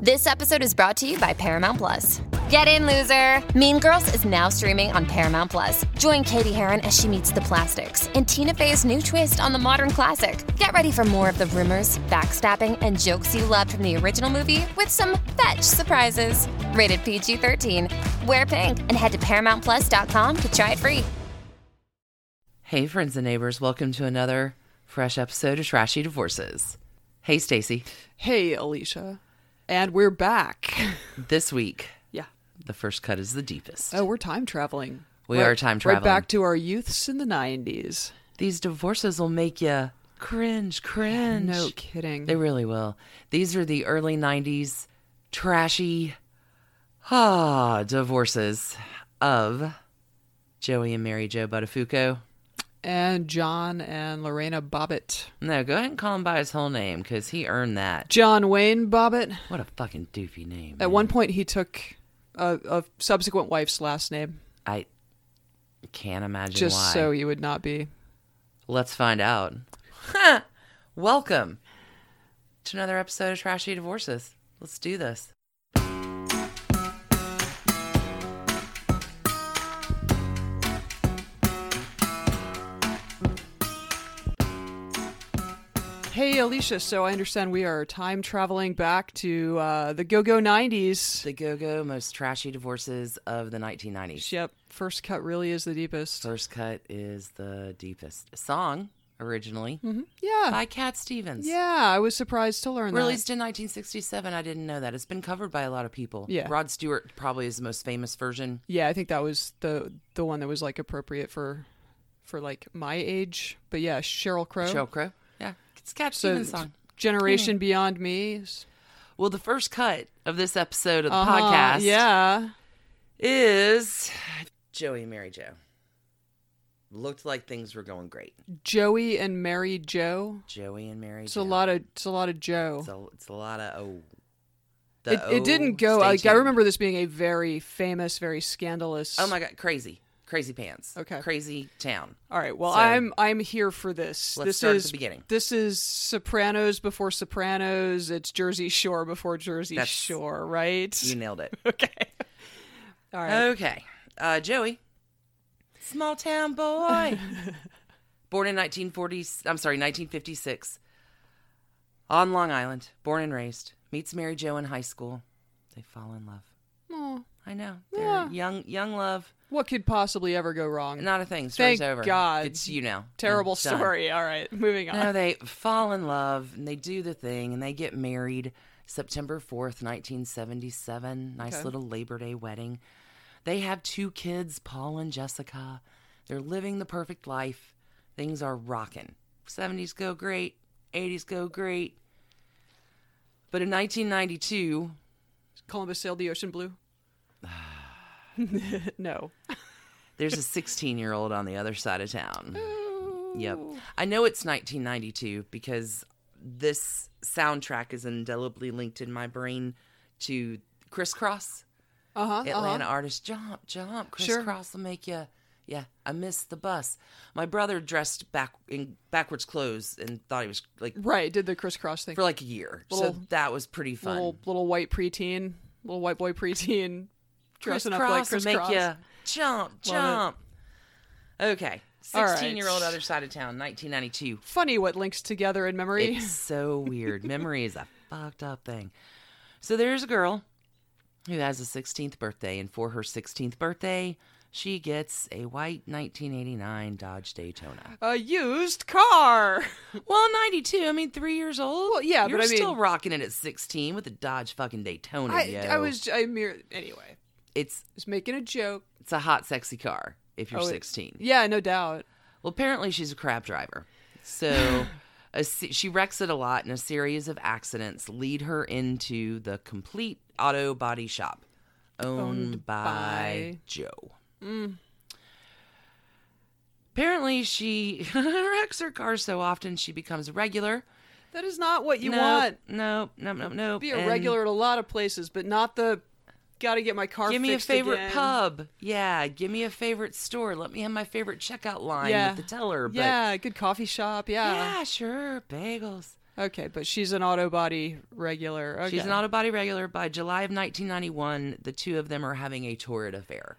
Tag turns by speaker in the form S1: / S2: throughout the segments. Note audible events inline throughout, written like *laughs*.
S1: This episode is brought to you by Paramount Plus. Get in, loser! Mean Girls is now streaming on Paramount Plus. Join Katie Heron as she meets the plastics in Tina Fey's new twist on the modern classic. Get ready for more of the rumors, backstabbing, and jokes you loved from the original movie with some fetch surprises. Rated PG 13. Wear pink and head to ParamountPlus.com to try it free.
S2: Hey, friends and neighbors, welcome to another fresh episode of Trashy Divorces. Hey, Stacy.
S3: Hey, Alicia. And
S2: *laughs*
S3: we're back.
S2: This week,
S3: Yeah.
S2: the first cut is the deepest.
S3: Oh, we're time traveling.
S2: We
S3: Right-
S2: are time
S3: Right back
S2: traveling.
S3: to our youths in the 90s.
S2: These divorces will make you cringe, cringe.
S3: No kidding.
S2: Mm-hmm. They really will. These are the early 90s trashy ah, divorces of Joey and Mary Joe Buttafuoco.
S3: and John and Lorena Bobbitt.
S2: No, go ahead and call him by his whole name because he earned that.
S3: John Wayne Bobbitt.
S2: What a fucking doofy name.
S3: At
S2: man.
S3: one point, he took a, a subsequent wife's last name,
S2: I can't imagine
S3: just
S2: why.
S3: so you would not be.
S2: Let's find out. Welcome to another episode of Trashy Divorces. Let's do this.
S3: Hey, Alicia. So I understand we are time traveling back to uh, the go go 90s.
S2: The go go most trashy divorces of the 1990s.
S3: Yep. First cut really is the deepest.
S2: First cut is the deepest song originally
S3: Yeah.
S2: by Cat Stevens.
S3: Mm-hmm. Yeah. I was surprised to learn that.
S2: Released in 1967. I didn't know that. It's been covered by a lot of people.
S3: Yeah.
S2: Rod Stewart probably is the most famous version.
S3: Yeah, I think that was the the one that was like appropriate for for like my age. But yeah, Cheryl Crow.
S2: Sheryl Crow. Yeah. It's a Cat
S3: So
S2: Stevens song.
S3: Generation Beyond Me.
S2: Well, the first cut of this episode of the
S3: Uh-huh,
S2: podcast.
S3: Yeah.
S2: is Joey and Mary Joe. Looked like things were going great.
S3: Joey and Mary Joe.
S2: Joey and Mary
S3: It's
S2: Joe.
S3: a lot of it's a lot of Joe.
S2: It's a, it's a lot of oh. The
S3: It, it
S2: oh,
S3: didn't go
S2: stay
S3: like I
S2: tuned.
S3: remember this being a very famous, very scandalous.
S2: Oh my god, crazy, crazy pants.
S3: Okay.
S2: crazy town.
S3: All right. Well,
S2: So-
S3: I'm I'm here for this.
S2: Let's
S3: this
S2: start at the
S3: is
S2: beginning.
S3: This is Sopranos before Sopranos. It's Jersey Shore before Jersey
S2: That's-
S3: Shore, right?
S2: You nailed *laughs* it.
S3: okay. All right.
S2: okay, uh, Joey, small town boy, *laughs* born in 1940. I'm sorry, 1956, on Long Island. Born and raised. Meets Mary Joe in high school. They fall in love.
S3: Aw.
S2: I know. They're
S3: Yeah.
S2: young, young love.
S3: What could possibly ever go wrong?
S2: Not a thing. Story's
S3: Thank
S2: over.
S3: God.
S2: It's you now.
S3: Terrible
S2: Done. Uh,
S3: story. All right, moving on.
S2: No, they fall in love and they do the thing and they get married September 4th, 1977. Nice
S3: Okay.
S2: little Labor Day wedding. They have two kids, Paul and Jessica. They're living the perfect life. Things are rocking. 70s go great, 80s go great. But in 1992,
S3: Columbus sailed the
S2: *sighs*
S3: ocean blue. *laughs* no.
S2: There's a 16 year old on the other side of town. Yep. I know it's 1992 because this soundtrack is indelibly linked in my brain to Crisscross,
S3: Uh huh.
S2: Atlanta artist. Jump, jump,
S3: Sure.
S2: Crisscross will make you. Yeah, I missed the bus. My brother dressed back in backwards clothes and thought he was like
S3: Right. Did the crisscross thing?
S2: for like a year. so
S3: Little-
S2: that was pretty fun.
S3: little little white preteen, little white boy preteen,
S2: *laughs*
S3: dressing up like
S2: crisscross will
S3: crisscross.
S2: make you jump, jump. Okay,
S3: All right.
S2: sixteen-year-old other side of town, nineteen ninety-two.
S3: Funny what links together in memory.
S2: It's so weird. Memory is a *laughs* fucked up thing. So there's a girl who has a 16th birthday, and for her 16th birthday, she gets a white 1989 Dodge Daytona.
S3: *laughs* A
S2: *laughs*
S3: used car.
S2: Well, 92. I mean, three years old.
S3: Well, yeah, but
S2: you're
S3: I
S2: still
S3: mean-
S2: rocking it at 16 with a Dodge fucking Daytona.
S3: I,
S2: yo.
S3: I was I mere anyway.
S2: It's
S3: Just making a joke.
S2: it's a hot, sexy car if you're
S3: Oh, it-
S2: 16.
S3: Yeah, no doubt.
S2: Well, apparently she's a crab driver.
S3: *laughs*
S2: So a, se- she wrecks it a lot, and a series of accidents lead her into the complete auto body shop owned, by,
S3: by- Mm.
S2: Joe. Apparently, she *laughs* wrecks her car so often she becomes regular.
S3: That is not what you
S2: Nope,
S3: want.
S2: Nope, nope, nope, nope.
S3: Be a
S2: And
S3: regular at a lot of places, but not the. Got to get my car.
S2: Give me a
S3: fixed
S2: favorite
S3: again.
S2: pub. Yeah. Give me a favorite store. Let me have my favorite checkout line
S3: Yeah.
S2: with the teller. But
S3: Yeah, good coffee shop. Yeah.
S2: Yeah, sure. Bagels.
S3: Okay, but she's an auto body regular. Okay.
S2: She's an auto body regular. By July of 1991, the two of them are having a torrid affair.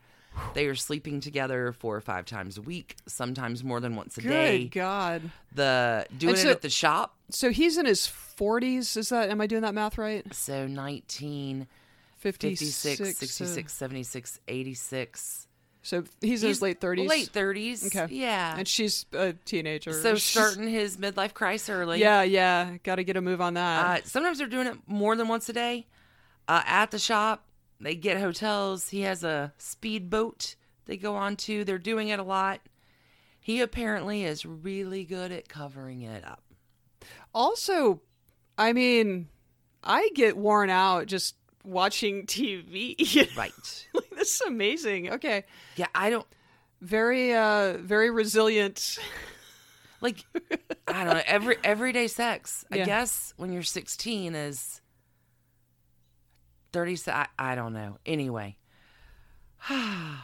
S2: They are sleeping together four or five times a week, sometimes more than once a
S3: Good
S2: day.
S3: God.
S2: The doing
S3: And so-
S2: it at the shop.
S3: So he's in his 40s. Is that, am I doing that math right?
S2: So 19,
S3: 56.
S2: 56,
S3: so-
S2: 66, 76, 86.
S3: So, he's in his late 30s.
S2: Late 30s.
S3: Okay.
S2: Yeah.
S3: And she's a teenager.
S2: so
S3: She's-
S2: starting his midlife crisis early.
S3: Yeah, yeah. Got to get a move on that.
S2: Uh, sometimes they're doing it more than once a day. Uh, at the shop, they get hotels. He has a speedboat they go on to. They're doing it a lot. He apparently is really good at covering it up.
S3: also, I mean, I get worn out just watching *laughs* TV.
S2: Right.
S3: Like, *laughs* this is amazing. Okay.
S2: Yeah, I don't
S3: Very, uh, very resilient. *laughs*
S2: like. I don't know. Every everyday sex, I
S3: Yeah.
S2: guess, when you're 16 is 30. I, I don't know. Anyway, *sighs*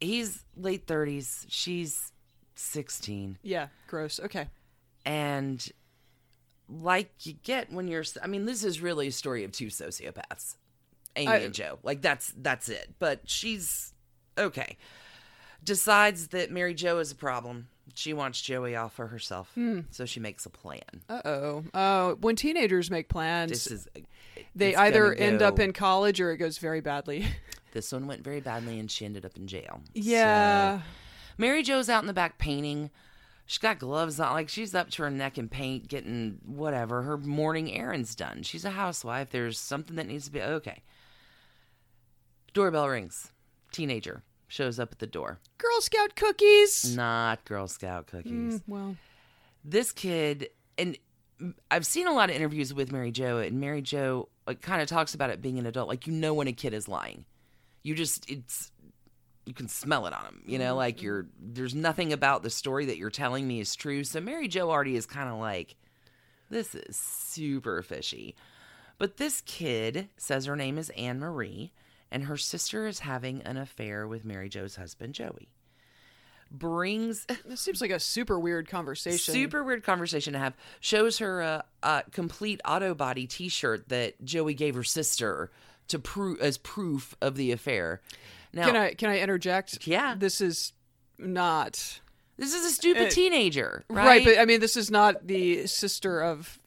S2: he's late 30s. She's 16.
S3: Yeah. Gross. Okay.
S2: and like you get when you're i mean this is really a story of two sociopaths amy
S3: I-
S2: and joe like that's that's it but she's okay decides that mary joe is a problem she wants joey off for herself
S3: Hmm.
S2: so she makes a plan
S3: Uh oh. Uh, when teenagers make plans,
S2: this is
S3: they
S2: it's
S3: either
S2: gonna
S3: end up
S2: go-
S3: in college or it goes very badly. *laughs*
S2: this one went very badly and she ended up in jail So-
S3: yeah.
S2: Mary Jo's out in the back painting. She's got gloves on, like she's up to her neck in paint, getting whatever her morning errands done. She's a housewife. There's something that needs to be okay. Doorbell rings. Teenager shows up at the door.
S3: Girl Scout cookies.
S2: Not Girl Scout cookies.
S3: Mm, well,
S2: This kid, and I've seen a lot of interviews with Mary Jo, and Mary Jo like kind of talks about it being an adult. Like you know when a kid is lying, you just it's you can smell it on him. You know, like you're there's nothing about the story that you're telling me is true. So Mary Jo already is kind of like, this is super fishy. But this kid says her name is Anne Marie, and her sister is having an affair with Mary Jo's husband Joey. Brings
S3: this seems like a super weird conversation.
S2: Super weird conversation to have. Shows her a, a complete auto body T-shirt that Joey gave her sister to prove as proof of the affair. Now,
S3: Can I can I interject?
S2: Yeah.
S3: This is not
S2: this is a stupid
S3: Uh,
S2: teenager, right?
S3: right, but uh, I mean, this is not the sister of.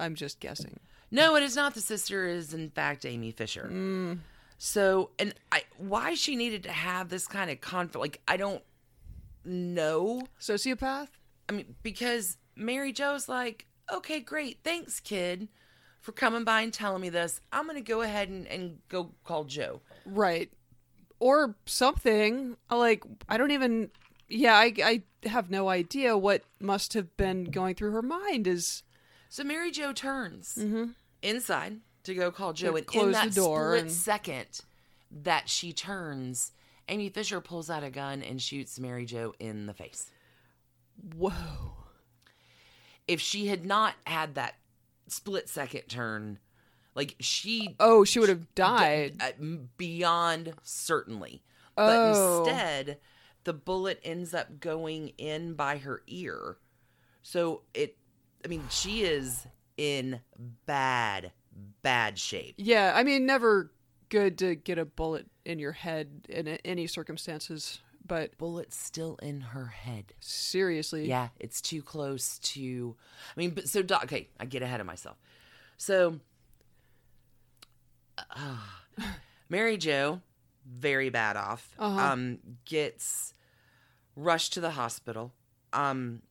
S3: I'm just guessing.
S2: no, it is not. The sister is in fact Amy Fisher.
S3: Mm.
S2: So, and I, why she needed to have this kind of conflict, like I don't know.
S3: Sociopath.
S2: I mean, because Mary Jo's like, okay, great. Thanks, kid, for coming by and telling me this. I'm going to go ahead and, and go call Joe.
S3: Right. Or something. Like, I don't even. Yeah, I, I have no idea what must have been going through her mind. Is
S2: So Mary Jo turns inside to go call Joe.
S3: Mm-hmm. To
S2: And in
S3: close
S2: that
S3: the door
S2: split
S3: and-
S2: second that she turns, Amy Fisher pulls out a gun and shoots Mary Jo in the face.
S3: whoa.
S2: If she had not had that split second turn, like she
S3: Oh, she would have died.
S2: uh, m- beyond certainly.
S3: Oh.
S2: But instead, the bullet ends up going in by her ear. So it, I mean, she is in bad, bad shape.
S3: Yeah, I mean, never good to get a bullet in your head in a- any circumstances. But
S2: Bullet's still in her head.
S3: seriously,
S2: Yeah, it's too close to. I mean, but so Doc. Okay, I get ahead of myself. So, ah, Mary Jo, very bad off.
S3: Uh-huh.
S2: Um, gets rushed to the hospital. Um,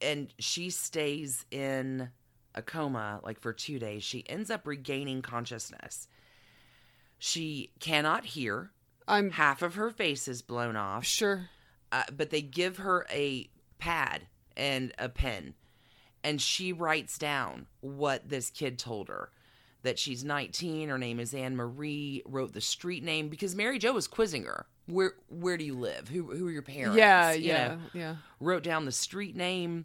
S2: and she stays in a coma like for two days. She ends up regaining consciousness. She cannot hear.
S3: I'm
S2: Half of her face is blown off
S3: sure.
S2: uh, but they give her a pad and a pen and she writes down what this kid told her that she's 19 her name is anne marie wrote the street name because mary jo was quizzing her where where do you live who, who are your parents
S3: Yeah,
S2: You
S3: yeah,
S2: know?
S3: yeah.
S2: wrote down the street name,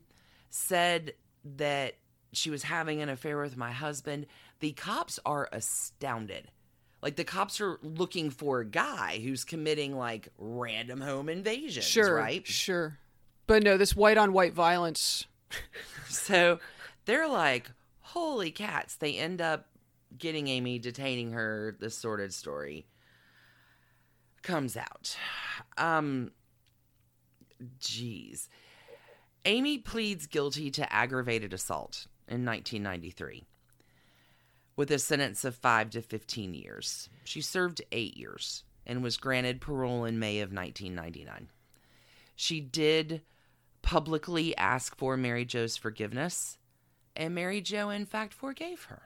S2: said that she was having an affair with my husband. The cops are astounded. Like the cops are looking for a guy who's committing like random home invasions,
S3: Sure,
S2: right?
S3: sure. But no, this white on white violence
S2: *laughs* so they're like, holy cats. They end up getting Amy, detaining her. This sordid story comes out. Um, jeez. Amy pleads guilty to aggravated assault in 1993 with a sentence of 5 to 15 years. She served 8 years and was granted parole in May of 1999. She did publicly ask for Mary Jo's forgiveness, and Mary Jo, in fact, forgave her.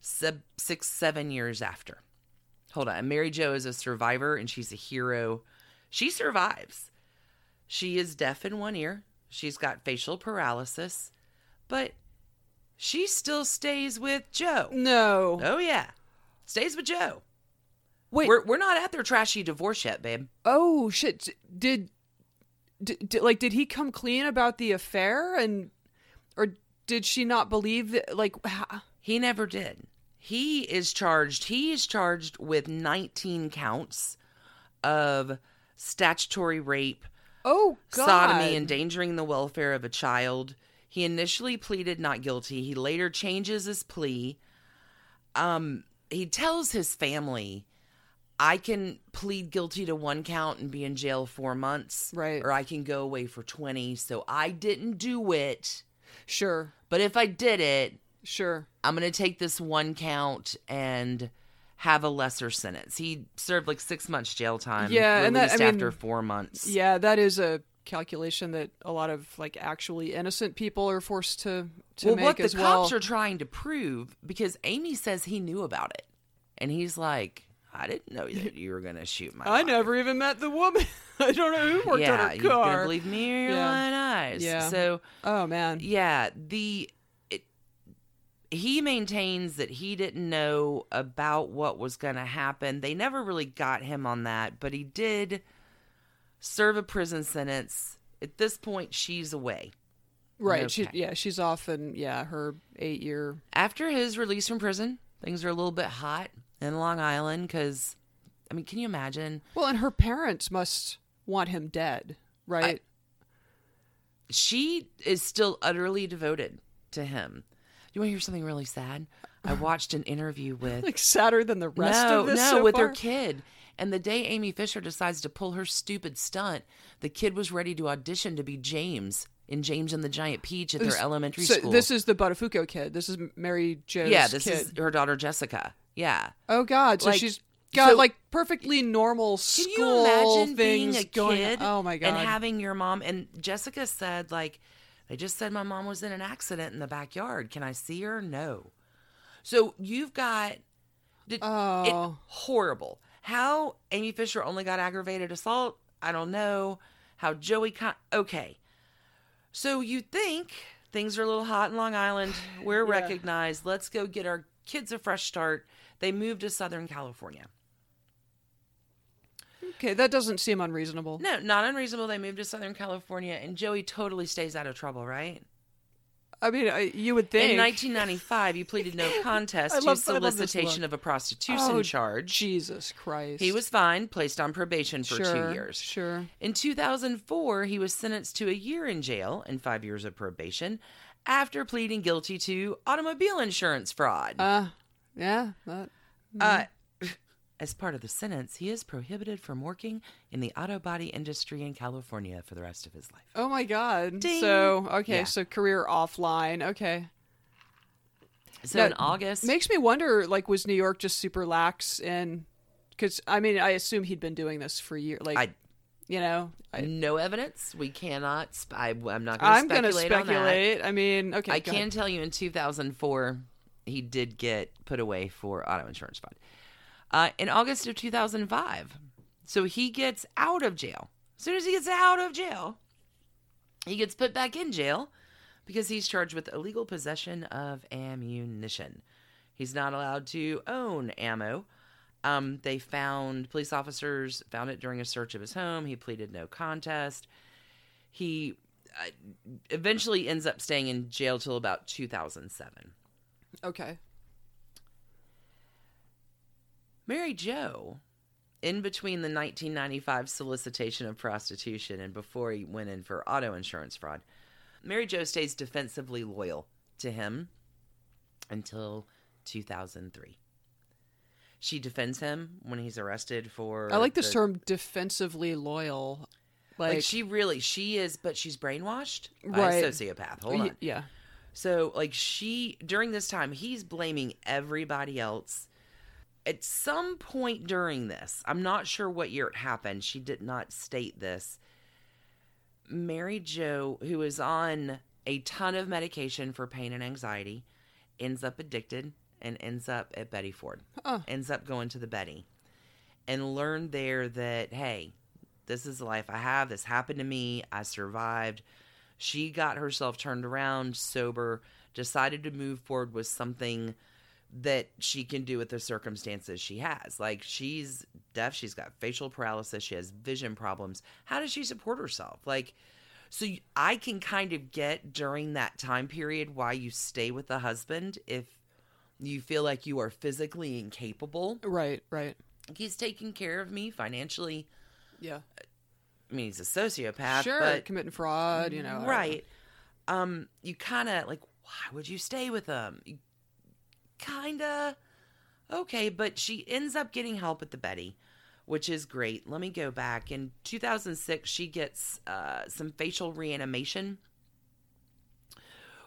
S2: Sub six, seven years after. Hold on. Mary Jo is a survivor and she's a hero. She survives. She is deaf in one ear. She's got facial paralysis, but she still stays with Joe.
S3: No.
S2: Oh, yeah. Stays with Joe.
S3: Wait.
S2: We're, we're not at their trashy divorce yet, babe.
S3: oh shit. Did, did, did like did he come clean about the affair and or did she not believe that like ha-
S2: He never did. He is charged. He is charged with 19 counts of statutory rape,
S3: Oh god.
S2: sodomy, endangering the welfare of a child. He initially pleaded not guilty. He later changes his plea. Um, he tells his family, "I can plead guilty to one count and be in jail four months,
S3: Right.
S2: Or I can go away for 20." So I didn't do it,
S3: Sure.
S2: but if I did it,
S3: Sure.
S2: I'm going to take this one count and have a lesser sentence. He served like six months jail time.
S3: Yeah, and that-
S2: released
S3: I mean-
S2: after four months.
S3: Yeah, that is a calculation that a lot of like actually innocent people are forced to to
S2: well,
S3: make
S2: what the
S3: as well.
S2: cops are trying to prove because Amy says he knew about it, and he's like, "I didn't know that you were going to shoot my."
S3: I
S2: wife."
S3: never even met the woman. *laughs* I don't know who worked
S2: Yeah,
S3: on her
S2: you
S3: car.
S2: gonna believe me or your
S3: Yeah.
S2: lying eyes?
S3: Yeah.
S2: So
S3: oh man.
S2: yeah, the it, he maintains that he didn't know about what was going to happen. They never really got him on that, but he did serve a prison sentence. At this point, she's away.
S3: Right. She
S2: Okay.
S3: yeah, she's off and yeah, her 8 year
S2: After his release from prison, things are a little bit hot in Long Island because, I mean, can you imagine?
S3: Well, and her parents must want him dead, right?
S2: she is still utterly devoted to him. You want to hear something really sad? I watched an interview with
S3: *laughs* like sadder than the rest
S2: no,
S3: of this
S2: no,
S3: so
S2: with
S3: far.
S2: her kid. And the day Amy Fisher decides to pull her stupid stunt, the kid was ready to audition to be James in James and the Giant Peach at their elementary
S3: so
S2: school.
S3: This is the Buttafuoco kid. This is Mary Jo's
S2: yeah, this
S3: kid.
S2: is her daughter Jessica. Yeah.
S3: Oh God! So
S2: Like,
S3: she's got
S2: so-
S3: like perfectly normal
S2: Can you
S3: school
S2: imagine
S3: things
S2: being a
S3: going.
S2: kid
S3: oh my God!
S2: and having your mom and Jessica said like they just said my mom was in an accident in the backyard. Can I see her? No. So you've got did, it,
S3: Oh.
S2: horrible. How Amy Fisher only got aggravated assault, I don't know. How Joey con- okay. So you think things are a little hot in Long Island.
S3: *sighs*
S2: We're recognized. Let's go get our kids a fresh start. They moved to Southern California.
S3: okay, that doesn't seem unreasonable.
S2: No, not unreasonable. They moved to Southern California, and Joey totally stays out of trouble, right?
S3: I mean, I, you would think
S2: In 1995, he pleaded
S3: *laughs*
S2: no
S3: I
S2: contest to
S3: love- I love this
S2: solicitation
S3: look.
S2: of a prostitution
S3: Oh,
S2: charge.
S3: Jesus Christ!
S2: He was fined, placed on probation for
S3: sure,
S2: two years.
S3: Sure.
S2: In 2004, he was sentenced to a year in jail and five years of probation after pleading guilty to automobile insurance fraud.
S3: Uh, yeah. That,
S2: Uh, *laughs* as part of the sentence, he is prohibited from working in the auto body industry in California for the rest of his life.
S3: oh my God!
S2: Ding.
S3: So okay,
S2: Yeah.
S3: so career offline. Okay.
S2: So
S3: No,
S2: in August,
S3: Makes me wonder, like, was New York just super lax and? Because I mean, I assume he'd been doing this for years. Like,
S2: I
S3: you know, I,
S2: no evidence. We cannot. Sp- I, I'm not
S3: I'm
S2: going to
S3: gonna
S2: speculate on that.
S3: speculate. I mean, okay,
S2: I
S3: go ahead.
S2: can tell you in 2004, he did get put away for auto insurance fraud. Uh, in August of 2005, so he gets out of jail. As soon as he gets out of jail, he gets put back in jail because he's charged with illegal possession of ammunition. He's not allowed to own ammo. Um, they found police officers found it during a search of his home. He pleaded no contest. He uh, eventually ends up staying in jail till about 2007.
S3: Okay.
S2: Mary Jo, in between the 1995 solicitation of prostitution and before he went in for auto insurance fraud, Mary Jo stays defensively loyal to him until 2003. She defends him when he's arrested for.
S3: I like this
S2: the-
S3: term defensively loyal. Like,
S2: Like, she really, she is, but she's brainwashed by
S3: Right.
S2: a sociopath. Hold
S3: y-
S2: on.
S3: yeah.
S2: So, like, she, during this time, he's blaming everybody else. At some point during this, I'm not sure what year it happened, she did not state this. Mary Jo, who is on a ton of medication for pain and anxiety, ends up addicted and ends up at Betty Ford.
S3: Oh.
S2: Ends up going to the Betty and learned there that, hey, this is the life I have. This happened to me. I survived. She got herself turned around, sober, decided to move forward with something that she can do with the circumstances she has. Like she's deaf, she's got facial paralysis, she has vision problems. How does she support herself? Like, so y- I can kind of get during that time period why you stay with the husband if you feel like you are physically incapable.
S3: Right, right.
S2: He's taking care of me financially.
S3: Yeah.
S2: I mean, he's a sociopath,
S3: sure,
S2: Uh, but
S3: committing fraud, you know. I don't know.
S2: right um you kind of like why would you stay with them kind of okay but she ends up getting help at the betty which is great let me go back in 2006 she gets uh, some facial reanimation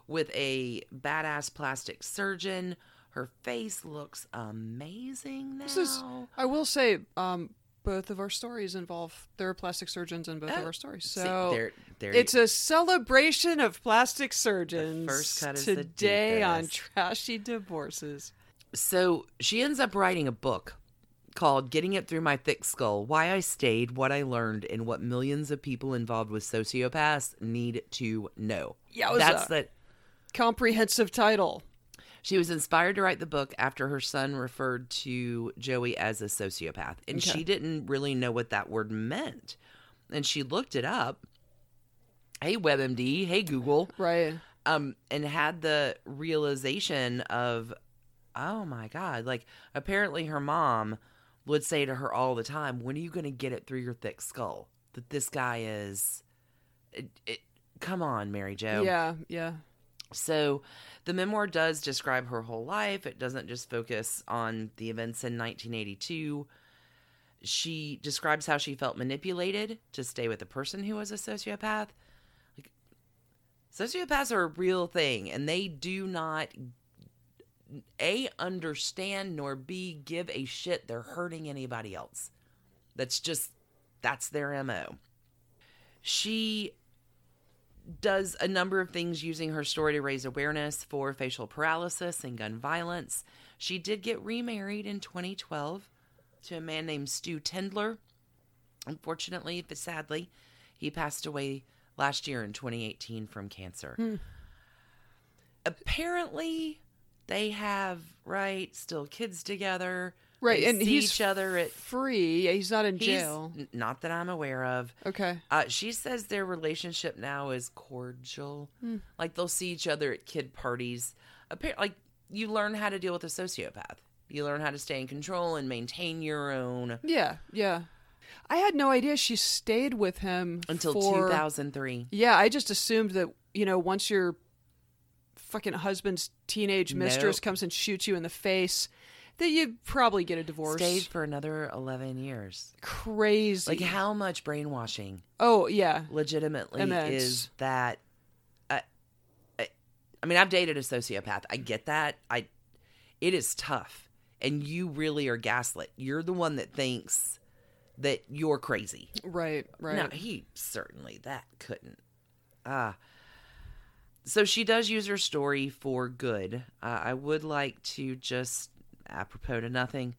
S2: with a badass plastic surgeon her face looks amazing now
S3: This is I will say um both of our stories involve there are plastic surgeons in both of
S2: Oh,
S3: our stories.
S2: See,
S3: So
S2: there, there you
S3: It's a celebration of plastic surgeons
S2: first cut is the
S3: today on
S2: deepest.
S3: Trashy Divorces.
S2: So she ends up writing a book called Getting It Through My Thick Skull Why I Stayed, What I Learned, and What Millions of People Involved with Sociopaths Need to Know.
S3: Yowza.
S2: That's that.
S3: Comprehensive title.
S2: She was inspired to write the book after her son referred to Joey as a sociopath. And
S3: Okay.
S2: she didn't really know what that word meant. And she looked it up. Hey, WebMD. Hey, Google.
S3: Right.
S2: um and had the realization of oh my god like apparently her mom would say to her all the time when are you going to get it through your thick skull that this guy is it, it, come on mary jo
S3: Yeah, yeah.
S2: so the memoir does describe her whole life. It doesn't just focus on the events in 1982. She describes how she felt manipulated to stay with a person who was a sociopath. Like, sociopaths are a real thing and they do not a understand nor b give a shit they're hurting anybody else. That's just that's their MO. She does a number of things using her story to raise awareness for facial paralysis and gun violence. She did get remarried in 2012 to a man named Stu Tendler. Unfortunately, but sadly, he passed away last year in 2018 from cancer.
S3: Hmm.
S2: Apparently, they have right still kids together.
S3: Right,
S2: They
S3: and
S2: see
S3: he's
S2: each other at
S3: Free. Yeah, he's not in
S2: he's-
S3: jail.
S2: n- Not that I'm aware of.
S3: Okay.
S2: Uh, she says their relationship now is cordial.
S3: Hmm.
S2: Like they'll see each other at kid parties. Appar- like you learn how to deal with a sociopath. You learn how to stay in control and maintain your own
S3: Yeah, yeah. I had no idea she stayed with him
S2: until
S3: for-
S2: 2003.
S3: Yeah, I just assumed that you know once your fucking husband's teenage mistress
S2: Nope.
S3: comes and shoots you in the face, that you probably get a divorce.
S2: Stayed for another 11 years.
S3: Crazy.
S2: Like how much brainwashing
S3: oh yeah,
S2: legitimately
S3: Immense.
S2: is that I, I, I mean i've dated a sociopath i get that i it is tough and you really are gaslit you're the one that thinks that you're crazy
S3: right, right.
S2: no he certainly that couldn't ah so she does use her story for good uh, i would like to just apropos to nothing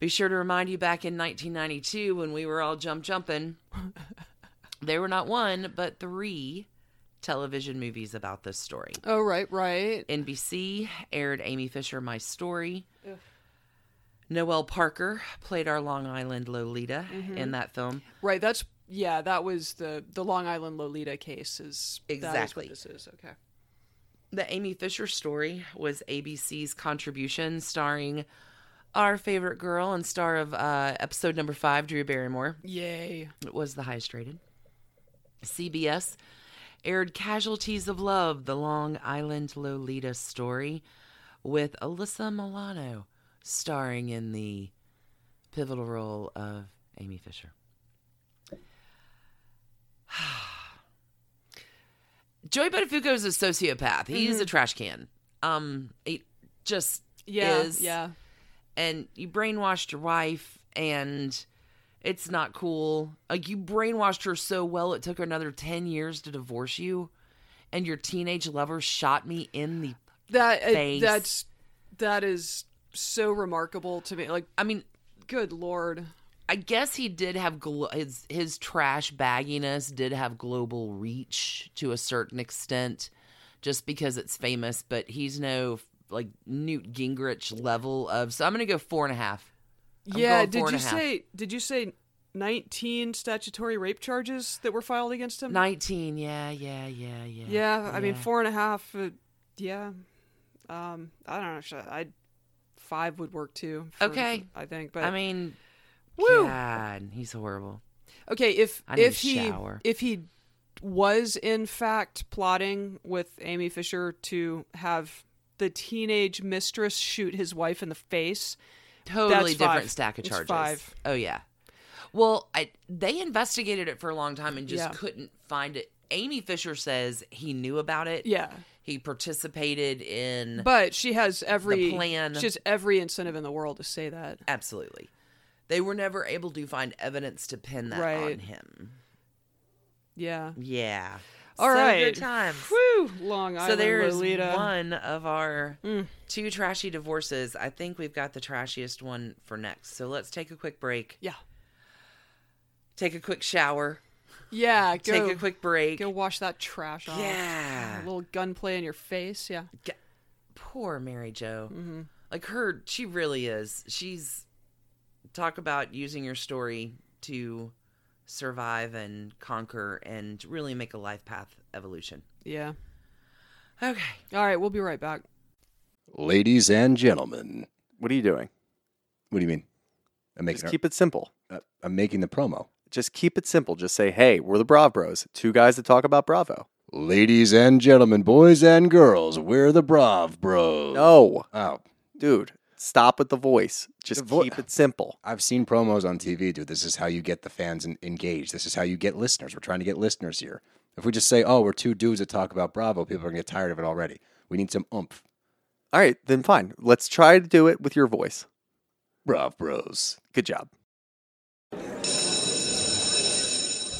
S2: be sure to remind you back in 1992 when we were all jump jumping there were not one, but three television movies about this story.
S3: Oh right, right.
S2: NBC aired Amy Fisher My Story. Noelle Parker played our Long Island Lolita in that film.
S3: Right. That's yeah. That was the the Long Island Lolita case. Is that is what
S2: Exactly.
S3: this is okay.
S2: The Amy Fisher story was ABC's contribution, starring our favorite girl and star of uh, episode number five, Drew Barrymore.
S3: Yay.
S2: It was the highest rated. CBS aired Casualties of Love, the Long Island Lolita story with Alyssa Milano starring in the pivotal role of Amy Fisher. *sighs* Joey Buttafuoco is a sociopath. He's a trash can. Um, it just
S3: Yeah.
S2: is
S3: Yeah.
S2: and you brainwashed your wife and it's not cool. Like you brainwashed her so well it took her another 10 years to divorce you and your teenage lover shot me in the
S3: That uh,
S2: Face.
S3: that's that is so remarkable to me. Like,
S2: I mean,
S3: good lord.
S2: I guess he did have glo- his his trash bagginess did have global reach to a certain extent just because it's famous, but he's no like Newt Gingrich level of so I'm gonna go four and a half. I'm
S3: yeah.
S2: going
S3: Did
S2: four
S3: you
S2: and a half.
S3: say? Did you say? 19 statutory rape charges that were filed against him?
S2: Nineteen, yeah, yeah, yeah, yeah.
S3: Yeah, I mean four and a half. Uh, yeah, um, I don't know. sh- I five would work too. for-
S2: Okay.
S3: I think. But
S2: I mean,
S3: Woo!
S2: God, he's horrible.
S3: okay, if
S2: I need
S3: if
S2: a
S3: he
S2: shower.
S3: if he was in fact plotting with Amy Fisher to have the teenage mistress shoot his wife in the face,
S2: Totally
S3: That's
S2: different
S3: five.
S2: stack of
S3: It's
S2: charges.
S3: five.
S2: Oh yeah. Well, I, they investigated it for a long time and just
S3: Yeah.
S2: couldn't find it. Amy Fisher says he knew about it.
S3: yeah.
S2: He participated in
S3: But she has every
S2: plan.
S3: She has every incentive in the world to say that.
S2: absolutely. They were never able to find evidence to pin that on
S3: Right.
S2: him.
S3: Yeah.
S2: Yeah.
S3: All
S2: so
S3: right.
S2: Good times.
S3: Whew, Long Island
S2: So there's
S3: Lolita. Mm.
S2: one of our two trashy divorces. I think we've got the trashiest one for next. So let's take a quick break.
S3: Yeah.
S2: Take a quick shower.
S3: Yeah. Go.
S2: Take a quick break.
S3: Go wash that trash off.
S2: Yeah.
S3: A little gunplay in your face. Yeah.
S2: G- Poor Mary Jo. Like her, she really is. She's talk about using your story to survive and conquer and really make a life path evolution.
S3: Yeah.
S2: Okay.
S3: All right. We'll be right back.
S4: Ladies and gentlemen,
S5: What are you doing?
S4: what do you mean? I'm making.
S5: Just keep it simple.
S4: uh, I'm making the promo.
S5: Just keep it simple. Just say, hey, we're the Brav Bros, two guys that talk about Bravo.
S4: Ladies and gentlemen, boys and girls, we're the Brav Bros.
S5: No,
S4: Oh,
S5: dude, stop with the voice. Just
S4: The vo-
S5: keep it simple.
S4: I've seen promos on TV, dude. This is how you get the fans en- engaged. This is how you get listeners. We're trying to get listeners here. If we just say, "Oh, we're two dudes that talk about Bravo," people are gonna get tired of it already. We need some oomph.
S5: All right, then fine. Let's try to do it with your voice.
S4: Brav Bros.
S5: Good job.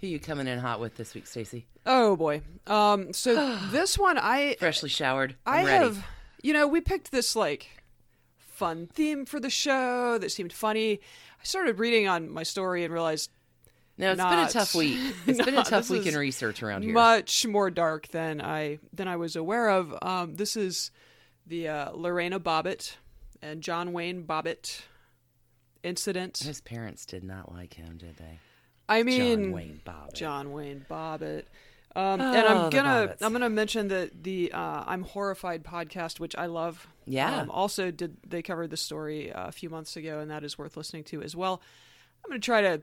S2: Who you coming in hot with this week, Stacey?
S3: Oh boy.
S2: *sighs*
S3: Um. So this one, I
S2: Freshly showered.
S3: I
S2: I'm ready.
S3: have. You know, we picked this like fun theme for the show that seemed funny. I started reading on my story and realized
S2: No, it's been a
S3: not-
S2: tough *laughs*
S3: *laughs*
S2: week. It's been a
S3: not-
S2: tough
S3: this
S2: week in
S3: is
S2: research around here.
S3: Much more dark than I than I was aware of. Um, this is the uh, Lorena Bobbitt and John Wayne Bobbitt incident.
S2: His parents did not like him, did they?
S3: I mean,
S2: John Wayne Bobbitt.
S3: John Wayne Bobbitt. Um, and
S2: Oh,
S3: I'm
S2: the
S3: gonna
S2: Bobbitts.
S3: I'm gonna mention that the uh, I'm horrified podcast, which I love.
S2: Yeah.
S3: Um, also, did they covered the story uh, a few months ago, and that is worth listening to as well. I'm gonna try to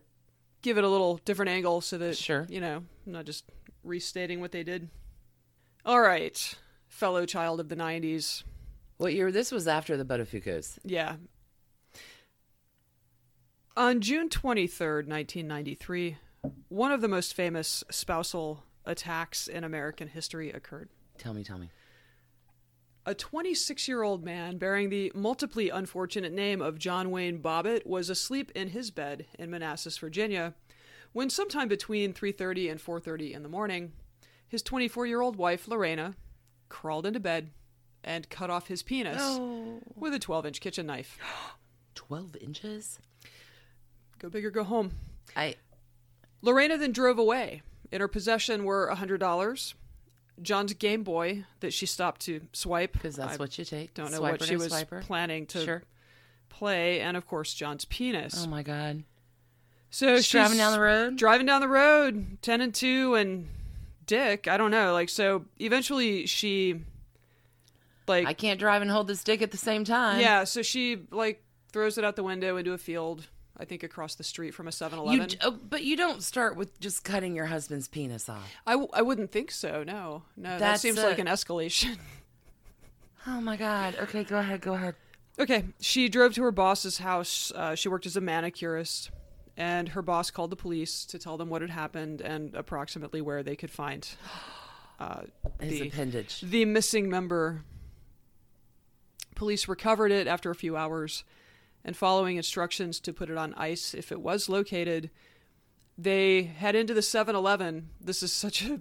S3: give it a little different angle so that
S2: Sure.
S3: you know I'm not just restating what they did. All right, fellow child of the '90s.
S2: What year? This was after the Buttafuoco's.
S3: Yeah. On June 23rd, 1993, one of the most famous spousal attacks in American history occurred.
S2: Tell me, tell me.
S3: A 26 year old man bearing the multiply unfortunate name of John Wayne Bobbitt was asleep in his bed in Manassas, Virginia, when sometime between 3:30 and 4:30 in the morning, his 24 year old wife Lorena crawled into bed and cut off his penis with a 12 inch kitchen knife.
S2: 12 inches?
S3: Go big or go home.
S2: I.
S3: Lorena then drove away. In her possession were $100, John's Game Boy that she stopped to swipe.
S2: Because that's
S3: I
S2: what you take.
S3: don't know
S2: Swiper
S3: what she
S2: to
S3: was
S2: swiper.
S3: planning to
S2: Sure.
S3: play, and of course, John's penis.
S2: Oh my God.
S3: so
S2: She's driving down the road?
S3: Driving down the road, 10 and 2, and dick. I don't know. Like, so eventually she, like,
S2: I can't drive and hold this dick at the same time.
S3: yeah, so she, like, throws it out the window into a field, I think across the street from a 7
S2: You,
S3: Eleven.
S2: d- oh, but you don't start with just cutting your husband's penis off.
S3: I, w- I wouldn't think so. No, no, that
S2: That's
S3: seems
S2: a-
S3: like an escalation.
S2: Oh my God. Okay, go ahead. Go ahead.
S3: Okay, she drove to her boss's house. Uh, she worked as a manicurist, and her boss called the police to tell them what had happened and approximately where they could find
S2: His
S3: The-
S2: appendage.
S3: the missing member. Police recovered it after a few hours, and following instructions to put it on ice if it was located, they head into the 7 Eleven. This is such a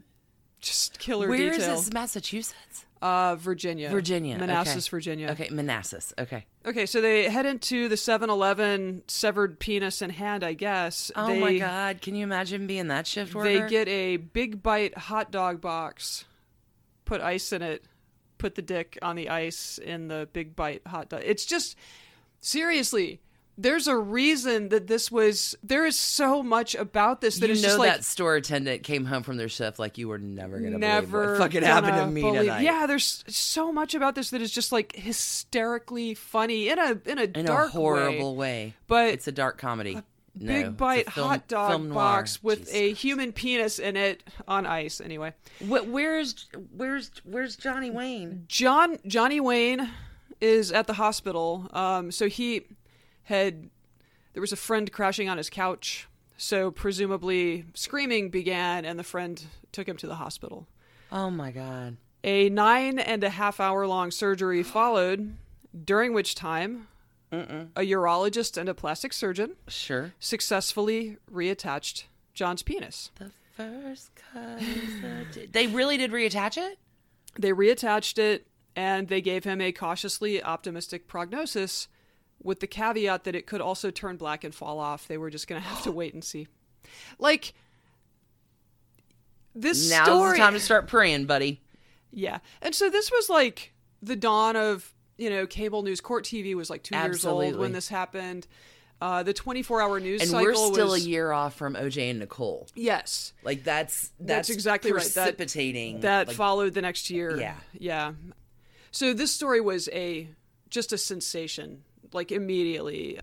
S3: just killer
S2: Where is
S3: detail.
S2: this? Massachusetts?
S3: Uh, Virginia.
S2: Virginia. okay.
S3: Manassas, Virginia.
S2: Okay, Manassas. Okay.
S3: Okay, so they head into the 7-Eleven severed penis in hand, I guess.
S2: Oh
S3: they,
S2: my God. Can you imagine being that shift worker?
S3: They get a big bite hot dog box, put ice in it, put the dick on the ice in the big bite hot dog. It's just seriously, there's a reason that this was there is so much about this that
S2: you
S3: is
S2: know
S3: just like
S2: that store attendant came home from their shift like you were never gonna believe
S3: never
S2: what fucking
S3: gonna
S2: happened to me
S3: believe.
S2: tonight.
S3: Yeah, there's so much about this that is just like hysterically funny in a in a
S2: in
S3: dark
S2: a horrible way.
S3: But-
S2: it's a dark comedy. No, it's a
S3: Big bite
S2: film-
S3: hot dog
S2: film noir.
S3: box with
S2: Jesus.
S3: a human penis in it on ice. Anyway,
S2: Wh- where's where's where's Johnny Wayne?
S3: John Johnny Wayne is at the hospital. Um, so he had there was a friend crashing on his couch. So presumably screaming began, and the friend took him to the hospital.
S2: Oh my god.
S3: A nine and a half hour
S2: *gasps*
S3: long surgery followed, during which time a urologist and a plastic surgeon
S2: Sure.
S3: successfully reattached John's penis.
S2: The first cut. is the di- they really did reattach it.
S3: They reattached it and they gave him a cautiously optimistic prognosis with the caveat that it could also turn black and fall off. They were just going to have
S2: *gasps*
S3: to wait and see. Like this
S2: Now's
S3: story
S2: the time to start praying, buddy.
S3: Yeah. And so this was like the dawn of, you know, cable news. Court TV was like 2 years old
S2: Absolutely.
S3: when this happened. Uh, the 24-hour news
S2: And
S3: cycle
S2: we're still
S3: was
S2: a year off from OJ and Nicole.
S3: Yes.
S2: Like that's
S3: That's,
S2: that's,
S3: exactly right.
S2: precipitating.
S3: That, that
S2: Mm, like,
S3: followed the next year.
S2: Yeah.
S3: Yeah. So this story was a just a sensation, like immediately.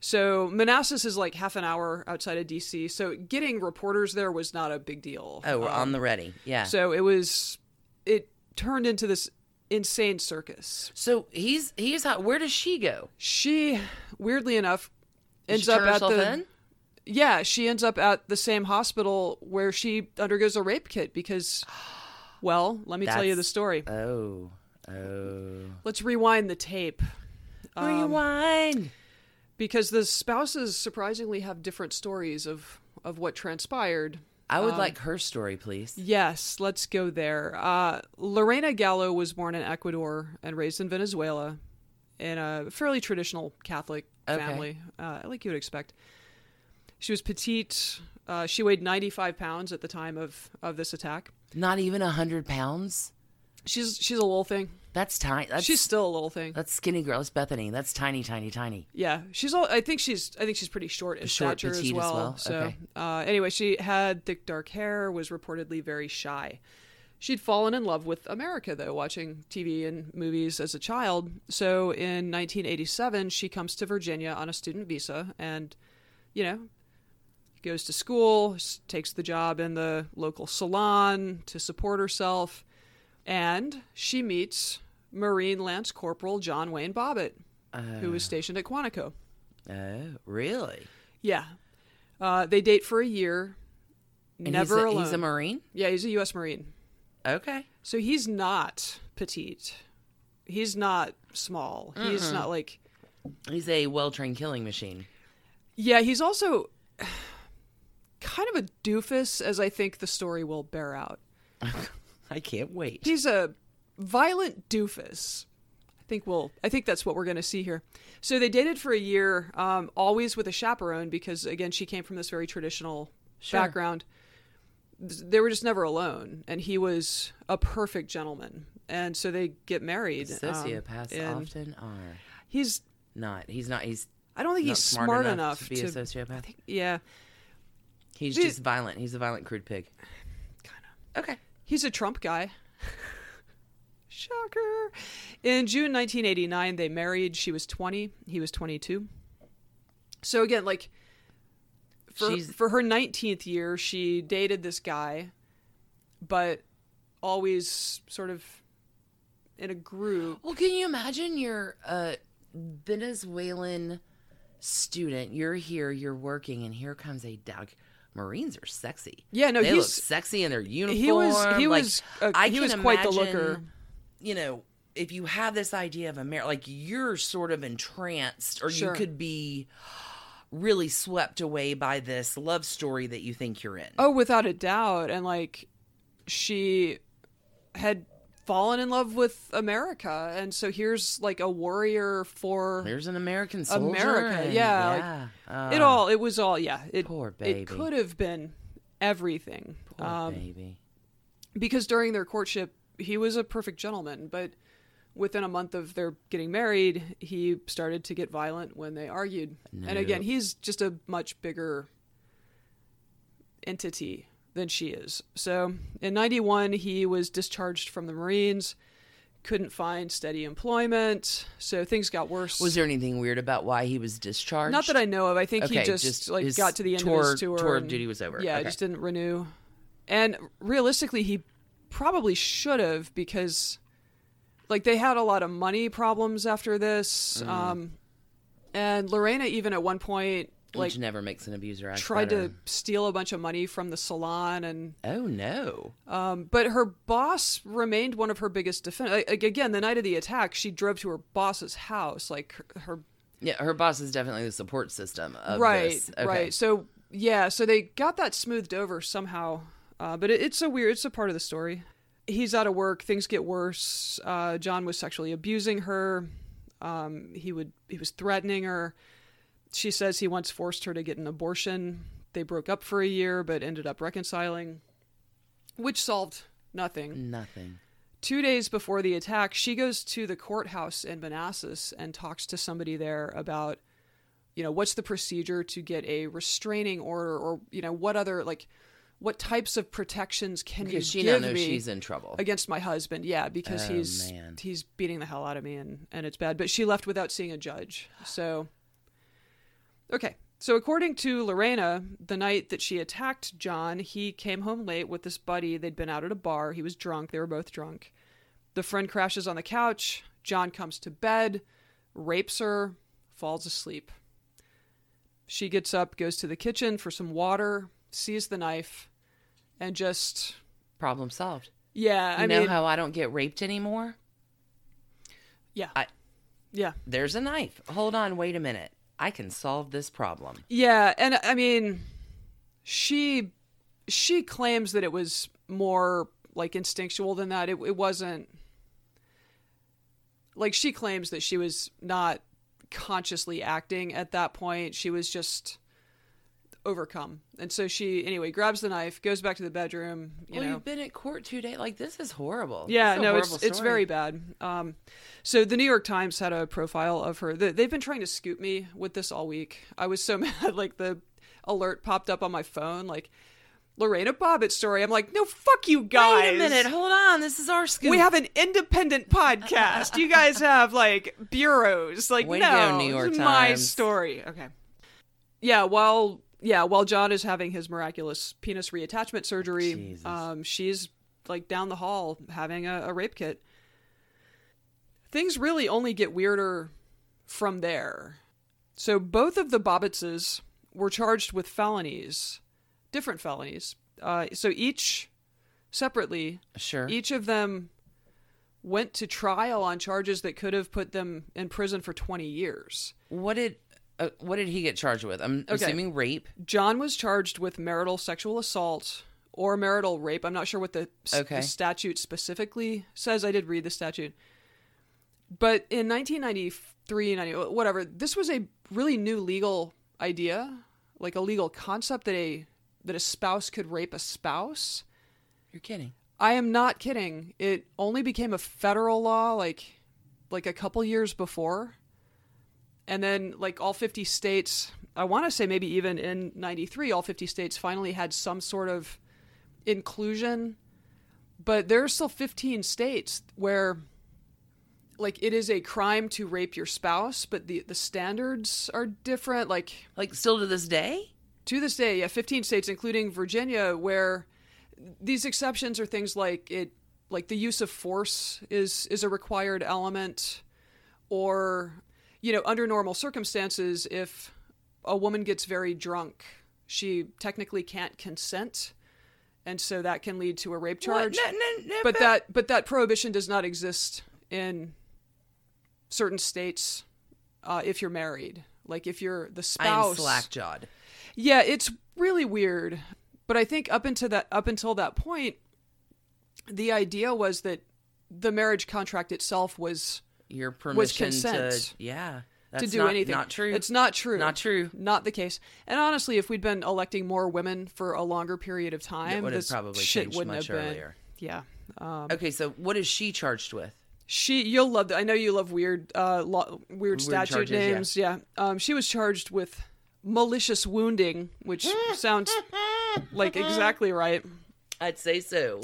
S3: So Manassas is like half an hour outside of DC. So getting reporters there was not a big deal. Um,
S2: Oh, we're on the ready. Yeah.
S3: So it was it turned into this insane circus.
S2: So he's he's hot. Where does she go?
S3: She weirdly enough
S2: Does
S3: ends
S2: she
S3: up
S2: turn
S3: at
S2: herself
S3: the
S2: in?
S3: yeah she ends up at the same hospital where she undergoes a rape
S2: *gasps*
S3: kit because well let me tell you the
S2: That's-
S3: story
S2: Oh, oh.
S3: let's rewind the tape um,
S2: Rewind.
S3: because the spouses surprisingly have different stories of of what transpired
S2: I
S3: um,
S2: would like her story, please.
S3: Yes, let's go there. Uh, Lorena Gallo was born in Ecuador and raised in Venezuela in a fairly traditional Catholic
S2: Okay.
S3: family, uh, like you would expect. She was petite. Uh, she weighed 95 pounds at the time of, of this attack.
S2: Not even a hundred pounds.
S3: She's she's a little thing.
S2: That's tiny. That's,
S3: she's still a little thing.
S2: that's skinny girl. That's Bethany. That's tiny, tiny, tiny.
S3: Yeah, she's all. I think she's. I think she's pretty short in
S2: Short,
S3: stature
S2: petite as
S3: as well.
S2: well?
S3: So
S2: Okay.
S3: uh, anyway, she had thick dark hair. Was reportedly very shy. She'd fallen in love with America though, watching TV and movies as a child. So in 1987, she comes to Virginia on a student visa, and you know, goes to school, s- takes the job in the local salon to support herself, and she meets Marine Lance Corporal John Wayne Bobbitt, who
S2: Uh,
S3: was stationed at Quantico.
S2: Oh, really?
S3: Yeah. Uh, they date for a year.
S2: And
S3: never
S2: he's a,
S3: alone.
S2: He's a marine.
S3: Yeah, he's a U.S. Marine.
S2: Okay.
S3: So he's not petite. He's not small. He's not like
S2: He's a well trained killing machine.
S3: Yeah, he's also *sighs* kind of a doofus as I think the story will bear out.
S2: I can't wait.
S3: He's a violent doofus. I think we'll I think that's what we're going to see here. So they dated for a year um always with a chaperone because again she came from this very traditional background. They were just never alone and he was a perfect gentleman. And so they get married. um,
S2: Sociopaths
S3: and
S2: often are
S3: He's
S2: not. He's not. He's.
S3: I don't think
S2: Not
S3: he's smart, enough,
S2: to be a sociopath.
S3: yeah.
S2: He's
S3: Dude.
S2: just violent. He's a violent, crude pig.
S3: Okay. He's a Trump guy. *laughs* Shocker. In June 1989, they married. She was 20. He was 22. So again, like for
S2: She's-
S3: for her 19th year, she dated this guy, but always sort of in a group.
S2: Well, can you imagine you're a Venezuelan student? You're here, you're working, and here comes a dog. Marines are sexy.
S3: Yeah, no,
S2: they look
S3: he's-
S2: sexy in their uniform.
S3: He was- he
S2: like,
S3: was, uh,
S2: I
S3: he
S2: can
S3: was quite the
S2: imagine,
S3: looker.
S2: You know, if you have this idea of America, like you're sort of entranced, or
S3: Sure.
S2: you could be really swept away by this love story that you think you're in.
S3: Oh, without a doubt. And like she had fallen in love with America, and so here's like a warrior for
S2: There's an American soldier.
S3: America,
S2: and-
S3: yeah, like,
S2: yeah.
S3: it
S2: uh,
S3: all it was all yeah it,
S2: Poor baby.
S3: it could have been everything
S2: poor
S3: um,
S2: baby.
S3: because during their courtship he was a perfect gentleman but within a month of their getting married he started to get violent when they argued and again he's just a much bigger entity than she is so in 91 he was discharged from the marines couldn't find steady employment so things got worse
S2: Was there anything weird about why he was discharged?
S3: Not that I know of. I think he
S2: Okay,
S3: just,
S2: just
S3: like
S2: his
S3: got to the end of his
S2: tour-
S3: tour.
S2: tour of
S3: and-
S2: duty was over.
S3: Yeah,
S2: Okay.
S3: just didn't renew. And realistically, he probably should have because, like, they had a lot of money problems after this.
S2: Mm.
S3: Um, and Lorena even at one point like
S2: which never makes an abuser act
S3: tried
S2: better.
S3: to steal a bunch of money from the salon and um,
S2: Oh no!
S3: but her boss remained one of her biggest defense like, again the night of the attack she drove to her boss's house like her, her
S2: Yeah, her boss is definitely the support system. Of
S3: right
S2: this. Okay.
S3: right so yeah so they got that smoothed over somehow uh, but it, it's a weird it's a part of the story he's out of work things get worse uh, john was sexually abusing her um, he would he was threatening her she says he once forced her to get an abortion they broke up for a year but ended up reconciling which solved nothing
S2: Nothing.
S3: two days before the attack, she goes to the courthouse in Manassas and talks to somebody there about, you know, what's the procedure to get a restraining order or, you know, what other, like, what types of protections can you
S2: Because she now
S3: give
S2: knows
S3: me
S2: she's in trouble.
S3: against my husband? Yeah, because
S2: Oh,
S3: he's
S2: man.
S3: he's beating the hell out of me and, and it's bad. But she left without seeing a judge. So, okay. So, according to Lorena, the night that she attacked John, he came home late with this buddy. They'd been out at a bar. He was drunk. They were both drunk. The friend crashes on the couch. John comes to bed, rapes her, falls asleep. She gets up, goes to the kitchen for some water, sees the knife, and just,
S2: Problem solved.
S3: yeah,
S2: You
S3: I
S2: know
S3: mean,
S2: how I don't get raped anymore?
S3: yeah,
S2: I-
S3: yeah.
S2: There's a knife. Hold on. Wait a minute. I can solve this problem.
S3: Yeah, and I mean, she she claims that it was more like instinctual than that. It, it wasn't like she claims that she was not consciously acting at that point. She was just overcome, and so she anyway grabs the knife, goes back to the bedroom. You
S2: well,
S3: know,
S2: you've been at court two days. Like this is horrible.
S3: yeah,
S2: This is a
S3: no,
S2: horrible
S3: it's it's
S2: story.
S3: very bad. Um, so the New York Times had a profile of her. They- They've been trying to scoop me with this all week. I was so *laughs* mad. Like the alert popped up on my phone, like Lorena Bobbitt story. I'm like, no, fuck you guys.
S2: Wait a minute. Hold on. This is our scoop.
S3: We have an independent podcast. You guys have like bureaus. Like
S2: Way to
S3: no,
S2: go, New York
S3: it's my
S2: Times.
S3: story. Okay. Yeah. While yeah, while John is having his miraculous penis reattachment surgery, um, she's like down the hall having a, a rape kit. Things really only get weirder from there. So both of the Bobbittses were charged with felonies, different felonies. Uh, so each separately.
S2: Sure.
S3: Each of them went to trial on charges that could have put them in prison for 20 years.
S2: What did uh, what did he get charged with? I'm
S3: Okay.
S2: assuming rape.
S3: John was charged with marital sexual assault or marital rape. I'm not sure what the, s-
S2: Okay.
S3: the statute specifically says. I did read the statute. But in 1993, 90, whatever, this was a really new legal idea, like a legal concept that a that a spouse could rape a spouse.
S2: You're kidding.
S3: I am not kidding. It only became a federal law like like a couple years before. And then like all 50 states, I want to say maybe even in 93 all 50 states finally had some sort of inclusion. But there are still 15 states where like it is a crime to rape your spouse, but the the standards are different like
S2: Like still to this day?
S3: to this day, yeah, 15 states, including Virginia, where these exceptions are things like it, like the use of force is is a required element, or you know, under normal circumstances, if a woman gets very drunk, she technically can't consent, and so that can lead to a rape charge.
S2: What? No, no, no,
S3: but that but that prohibition does not exist in certain states uh, if you're married. Like if you're the
S2: I'm
S3: spouse,
S2: slackjawed.
S3: yeah, it's really weird. But I think up into that up until that point, the idea was that the marriage contract itself was
S2: Your permission
S3: consent.
S2: to yeah. That's
S3: to do
S2: not,
S3: anything.
S2: Not true.
S3: It's not true.
S2: Not true.
S3: Not the case. And honestly, if we'd been electing more women for a longer period of time,
S2: would've
S3: this
S2: probably
S3: shit
S2: changed
S3: wouldn't
S2: much
S3: have been.
S2: earlier.
S3: Yeah. Um,
S2: Okay, so what is she charged with?
S3: She, you'll love. that. I know you love weird, uh, lo- weird, statute
S2: charges, yeah.
S3: names. Yeah. Um, she was charged with malicious wounding,
S2: *laughs*
S3: which sounds like exactly right.
S2: I'd say so.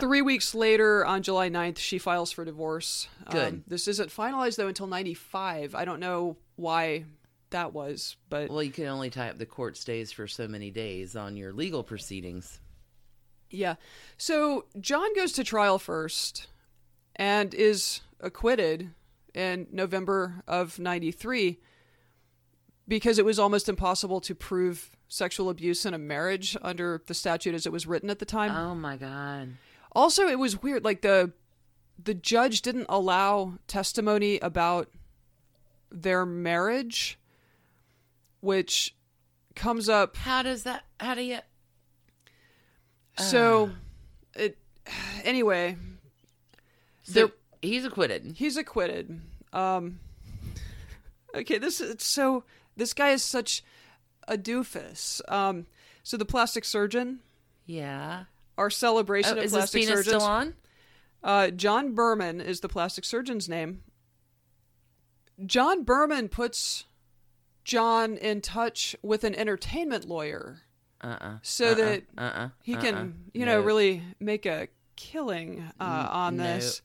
S3: Three weeks later, on July 9th, she files for divorce. Um,
S2: Good.
S3: this isn't finalized, though, until 95. I don't know why that was, but
S2: Well, you can only tie up the court stays for so many days on your legal proceedings.
S3: yeah. So John goes to trial first and is acquitted in November of 93 because it was almost impossible to prove sexual abuse in a marriage under the statute as it was written at the time.
S2: Oh my god.
S3: Also, it was weird. Like the the judge didn't allow testimony about their marriage, which comes up.
S2: How does that how do you
S3: So,
S2: Uh.
S3: it anyway.
S2: So
S3: There-
S2: he's acquitted.
S3: He's acquitted. Um, okay, this is it's so. This guy is such a doofus. Um, so the plastic surgeon,
S2: Yeah.
S3: our celebration
S2: Oh,
S3: of
S2: is this
S3: plastic
S2: penis
S3: surgeons.
S2: still on?
S3: Uh, John Berman is the plastic surgeon's name. John Berman puts John in touch with an entertainment lawyer
S2: Uh-uh.
S3: so that
S2: Uh-uh.
S3: he
S2: uh-uh.
S3: can, you know,
S2: No.
S3: really make a killing uh, on
S2: no.
S3: this.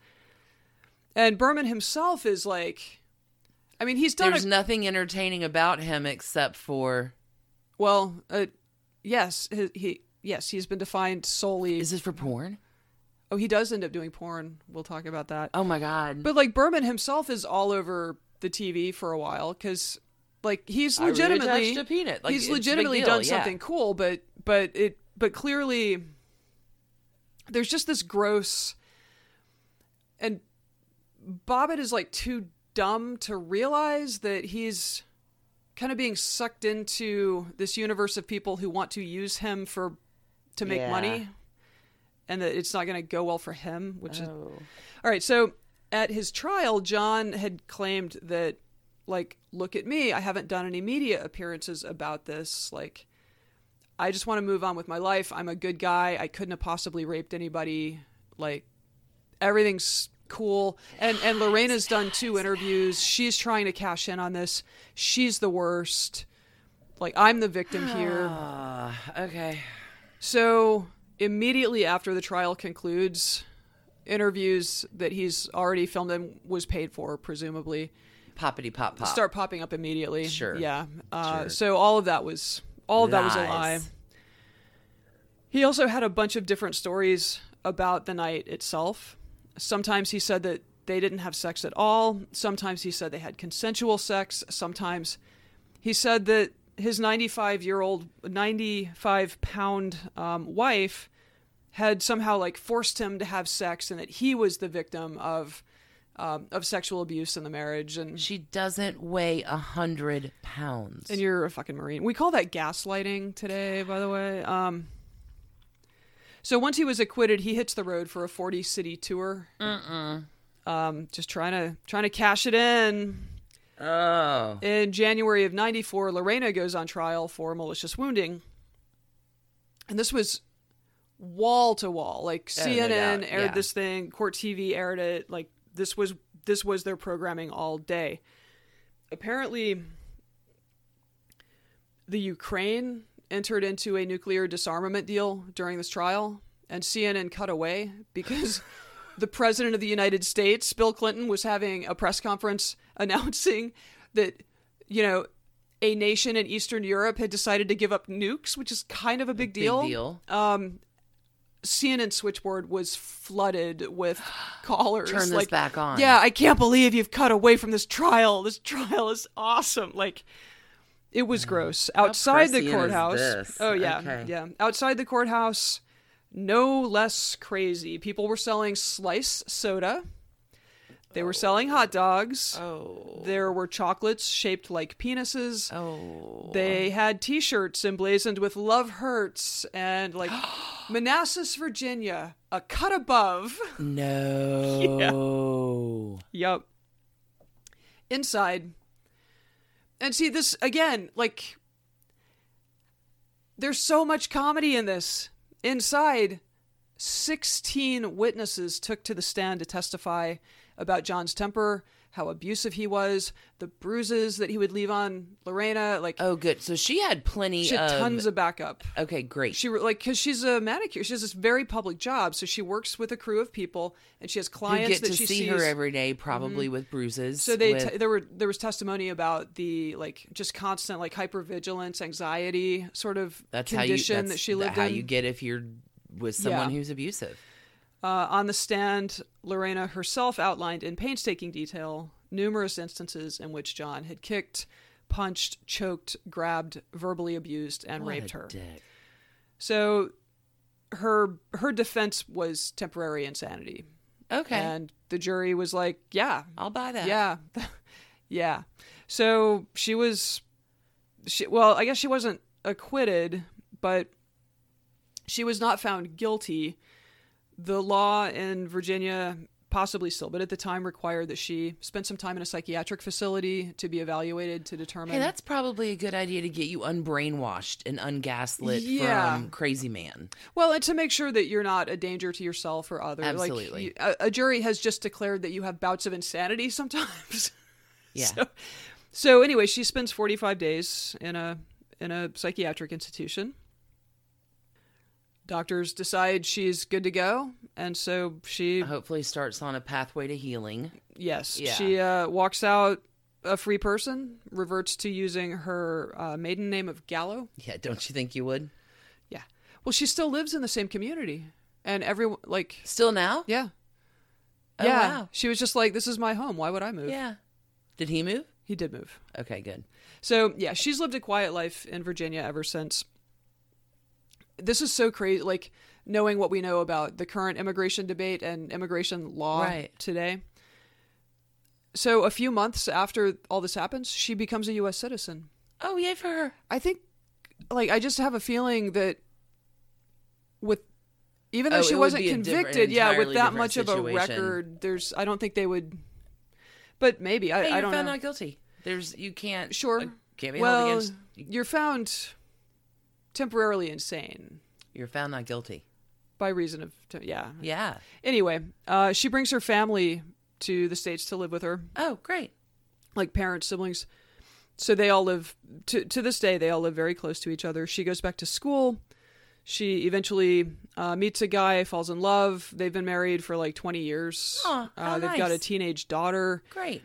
S3: And Berman himself is like, I mean, he's done
S2: There's
S3: a
S2: nothing entertaining about him except for
S3: well, uh, yes, he, he yes he's been defined solely.
S2: is this for porn?
S3: oh, he does end up doing porn. We'll talk about that.
S2: Oh my god.
S3: But like Berman himself is all over the TV for a while because like he's
S2: I really
S3: legitimately
S2: attached a peanut. Like,
S3: he's
S2: it's a big
S3: legitimately
S2: deal,
S3: done
S2: yeah.
S3: something cool, but but it but clearly there's just this gross and Bobbitt is like too dumb to realize that he's kind of being sucked into this universe of people who want to use him for to make
S2: Yeah.
S3: money and that it's not going to go well for him which
S2: Oh.
S3: is all right. So at his trial, John had claimed that, like, look at me. I haven't done any media appearances about this. Like, I just want to move on with my life. I'm a good guy. I couldn't have possibly raped anybody. Like, everything's cool. And and Lorena's done two interviews. She's trying to cash in on this. She's the worst. Like, I'm the victim here.
S2: okay.
S3: So immediately after the trial concludes, interviews that he's already filmed and was paid for, presumably,
S2: Poppity pop pop.
S3: start popping up immediately.
S2: Sure.
S3: Yeah. Uh,
S2: Sure.
S3: So all of that was all of that was a lie.
S2: Lies.
S3: He also had a bunch of different stories about the night itself. Sometimes he said that they didn't have sex at all. Sometimes he said they had consensual sex. Sometimes he said that his 95 year old, 95 pound um, wife had somehow like forced him to have sex and that he was the victim of um, of sexual abuse in the marriage and
S2: She doesn't weigh a hundred pounds.
S3: and you're a fucking marine. We call that gaslighting today, by the way. Um, so once he was acquitted, he hits the road for a 40 city tour. Mm-mm. Um, just trying to trying to cash it in.
S2: oh,
S3: In January of 94, Lorena goes on trial for malicious wounding. And this was wall to wall. Like
S2: Oh, no
S3: CNN
S2: doubt.
S3: aired
S2: Yeah.
S3: this thing, Court TV aired it. Like this was this was their programming all day. Apparently the Ukraine entered into a nuclear disarmament deal during this trial and CNN cut away *laughs* because the president of the United States, Bill Clinton, was having a press conference *laughs* announcing that, you know, a nation in Eastern Europe had decided to give up nukes, which is kind of a big deal.
S2: deal.
S3: Um, CNN switchboard was flooded
S2: *sighs*
S3: with callers.
S2: Turn this
S3: like,
S2: back on.
S3: Yeah, I can't believe you've cut away from this trial. This trial is awesome. Like, it was gross. Outside the
S2: prescient Mm. is
S3: courthouse.
S2: this?
S3: Oh yeah,
S2: Okay.
S3: yeah. Outside the courthouse, no less crazy. People were selling slice soda. They were selling hot dogs. Oh. There were chocolates shaped like penises. Oh. They had T-shirts emblazoned with "Love Hurts"
S2: *gasps*
S3: and like Manassas, Virginia, a cut above.
S2: no.
S3: Yep. Inside. And see this again, like there's so much comedy in this. Inside, 16 witnesses took to the stand to testify about John's temper, how abusive he was, the bruises that he would leave on Lorena, like
S2: Oh, um, good. So she had plenty
S3: she had
S2: of.
S3: tons of backup.
S2: okay, great.
S3: She like because she's a manicure. She has this very public job, so she works with a crew of people, and she has
S2: Who
S3: clients
S2: get to
S3: that
S2: see
S3: she sees. Mm-hmm.
S2: her every day, probably with bruises.
S3: So they
S2: with-
S3: t- there were there was testimony about the like just constant like hypervigilance, anxiety sort of
S2: that's how you.
S3: condition
S2: That's
S3: that she lived
S2: how
S3: in.
S2: you get if you're with someone
S3: Yeah.
S2: who's abusive.
S3: Uh, on the stand, Lorena herself outlined in painstaking detail numerous instances in which John had kicked, punched, choked, grabbed, verbally abused, and
S2: What a
S3: raped her.
S2: dick.
S3: So her her defense was temporary insanity,
S2: Okay,
S3: and the jury was like, yeah,
S2: I'll buy that.
S3: Yeah. *laughs* yeah. So she was she well, I guess she wasn't acquitted, but she was not found guilty. The law in Virginia possibly still, but at the time required that she spend some time in a psychiatric facility to be evaluated to determine
S2: Hey, that's probably a good idea to get you unbrainwashed and ungaslit
S3: Yeah.
S2: from Crazy Man.
S3: Well, and to make sure that you're not a danger to yourself or others.
S2: Absolutely.
S3: Like, you- a, a jury has just declared that you have bouts of insanity *laughs* sometimes.
S2: Yeah.
S3: So, so anyway, she spends 45 days in a in a psychiatric institution. Doctors decide she's good to go, and so she
S2: Hopefully, starts on a pathway to healing.
S3: yes
S2: Uh-huh. Yeah.
S3: she uh, walks out a free person, reverts to using her uh, maiden name of Gallo.
S2: Yeah, don't you think you would?
S3: Yeah. Well, she still lives in the same community, and everyone like
S2: Still now?
S3: Yeah.
S2: Oh,
S3: yeah.
S2: wow.
S3: She was just like, this is my home. Why would I move?
S2: Yeah. Did he move?
S3: He did move.
S2: Okay, good.
S3: So, yeah, she's lived a quiet life in Virginia ever since. This is so crazy. Like, knowing what we know about the current immigration debate and immigration law
S2: Right.
S3: today. So, a few months after all this happens, she becomes a U.S. citizen.
S2: Oh, yay for her.
S3: I think, like, I just have a feeling that with, even though
S2: Oh,
S3: she
S2: it would
S3: wasn't
S2: be a different-
S3: convicted, yeah, with
S2: entirely
S3: that
S2: different
S3: much of a
S2: situation.
S3: record, there's, I don't think they would, but maybe, I,
S2: Hey,
S3: I
S2: you're
S3: don't
S2: found
S3: know.
S2: not guilty. There's you can't
S3: sure.
S2: uh, can't be
S3: well,
S2: held against.
S3: you're found temporarily insane
S2: You're found not guilty.
S3: by reason of, te- yeah.
S2: Yeah.
S3: Anyway, uh, she brings her family to the States to live with her.
S2: Oh, great.
S3: like parents, siblings. So they all live to to this day. They all live very close to each other. She goes back to school. She eventually uh, meets a guy, falls in love. They've been married for like twenty years.
S2: Aw, how
S3: uh, they've got a
S2: nice.
S3: teenage daughter.
S2: Great.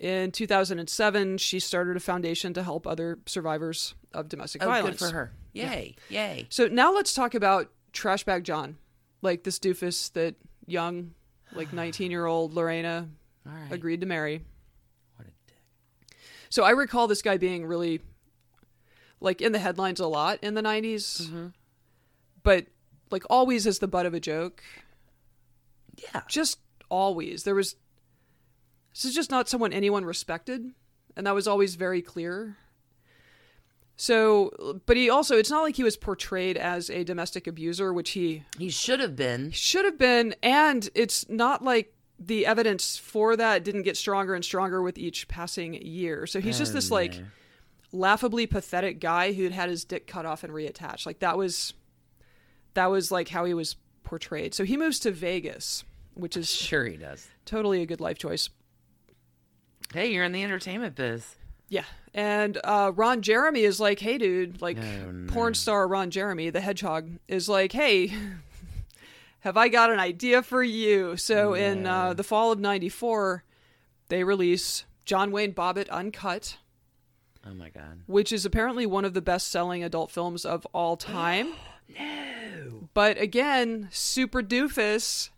S3: In 2007, she started a foundation to help other survivors of domestic
S2: Oh,
S3: violence.
S2: good for her. Yay. Yay.
S3: So now let's talk about Trashbag John, like this doofus that young, like 19 year old Lorena
S2: All right.
S3: agreed to marry.
S2: What a dick.
S3: So I recall this guy being
S2: Mm-hmm.
S3: really like in the headlines a lot in the 90s. But like always is the butt of a joke.
S2: Yeah.
S3: Just always. There was this is just not someone anyone respected, and that was always very clear. So, but he also, it's not like he was portrayed as a domestic abuser, which he
S2: He should have been.
S3: should have been, and it's not like the evidence for that didn't get stronger and stronger with each passing year. So he's just this like laughably pathetic guy who'd had his dick cut off and reattached. Like that was that was like how he was portrayed. So he moves to Vegas, which is
S2: Sure he does.
S3: totally a good life choice.
S2: Hey, you're in the entertainment biz.
S3: Yeah. And uh, Ron Jeremy is like, hey, dude, like porn star Ron Jeremy, the hedgehog, is like, hey, have I got an idea for you? So in uh, the fall of 94, they release John Wayne Bobbitt Uncut,
S2: Oh my god.
S3: which is apparently one of the best selling adult films of all time. no. But again, Super Doofus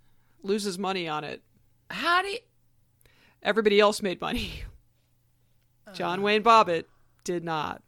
S3: loses money on it.
S2: How do you,
S3: Everybody else made money. John Wayne Bobbitt did not.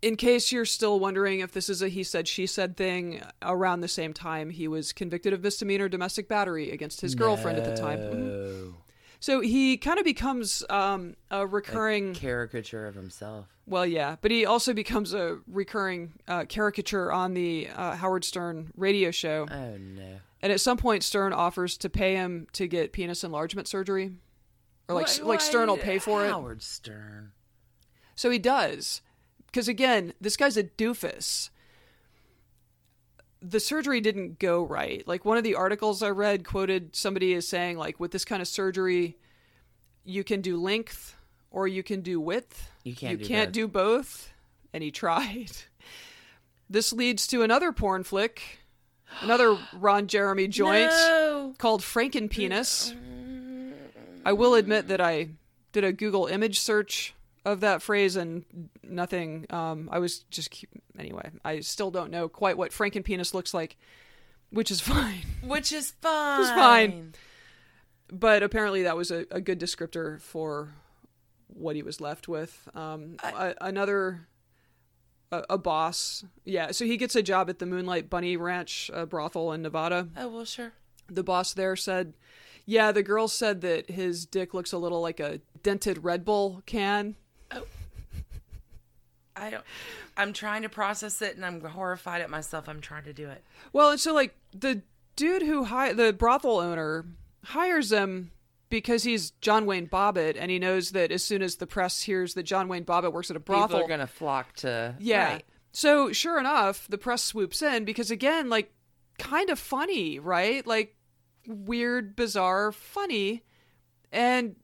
S3: In case you're still wondering if this is a he said, she said thing, around the same time he was convicted of misdemeanor domestic battery against his girlfriend at the time. Mhm. So he kind of becomes um, a recurring,
S2: caricature of himself.
S3: well, yeah, but he also becomes a recurring uh, caricature on the uh, Howard Stern radio show.
S2: Oh no.
S3: And at some point, Stern offers to pay him to get penis enlargement surgery, or like
S2: Why-
S3: like Stern will
S2: why-
S3: pay for it.
S2: Howard Stern.
S3: So he does, because again, this guy's a doofus. The surgery didn't go right. Like one of the articles I read quoted somebody as saying, like with this kind of surgery, you can do length or you can do width.
S2: You can't
S3: You
S2: do
S3: can't
S2: both.
S3: do both. And he tried. This leads to another porn flick, another Ron Jeremy joint called Frankenpenis. I will admit that I did a Google image search of that phrase and nothing. Um, I was just cu- anyway. I still don't know quite what Frankenpenis looks like, which is *laughs* fine.
S2: Which is fine.
S3: It's fine. But apparently, that was a, a good descriptor for what he was left with. Um, a, another. A, a boss, yeah. So he gets a job at the Moonlight Bunny Ranch uh, brothel in Nevada.
S2: Oh well, sure.
S3: the boss there said, "Yeah, the girl said that his dick looks a little like a dented Red Bull can."
S2: I don't. I'm trying to process it, and I'm horrified at myself. I'm trying to do it.
S3: Well, and so like the dude who hi- the brothel owner hires him because he's John Wayne Bobbitt, and he knows that as soon as the press hears that John Wayne Bobbitt works at a brothel,
S2: People are gonna flock to.
S3: yeah.
S2: Right.
S3: So sure enough, the press swoops in because again, like, kind of funny, right? Like, weird, bizarre, funny, and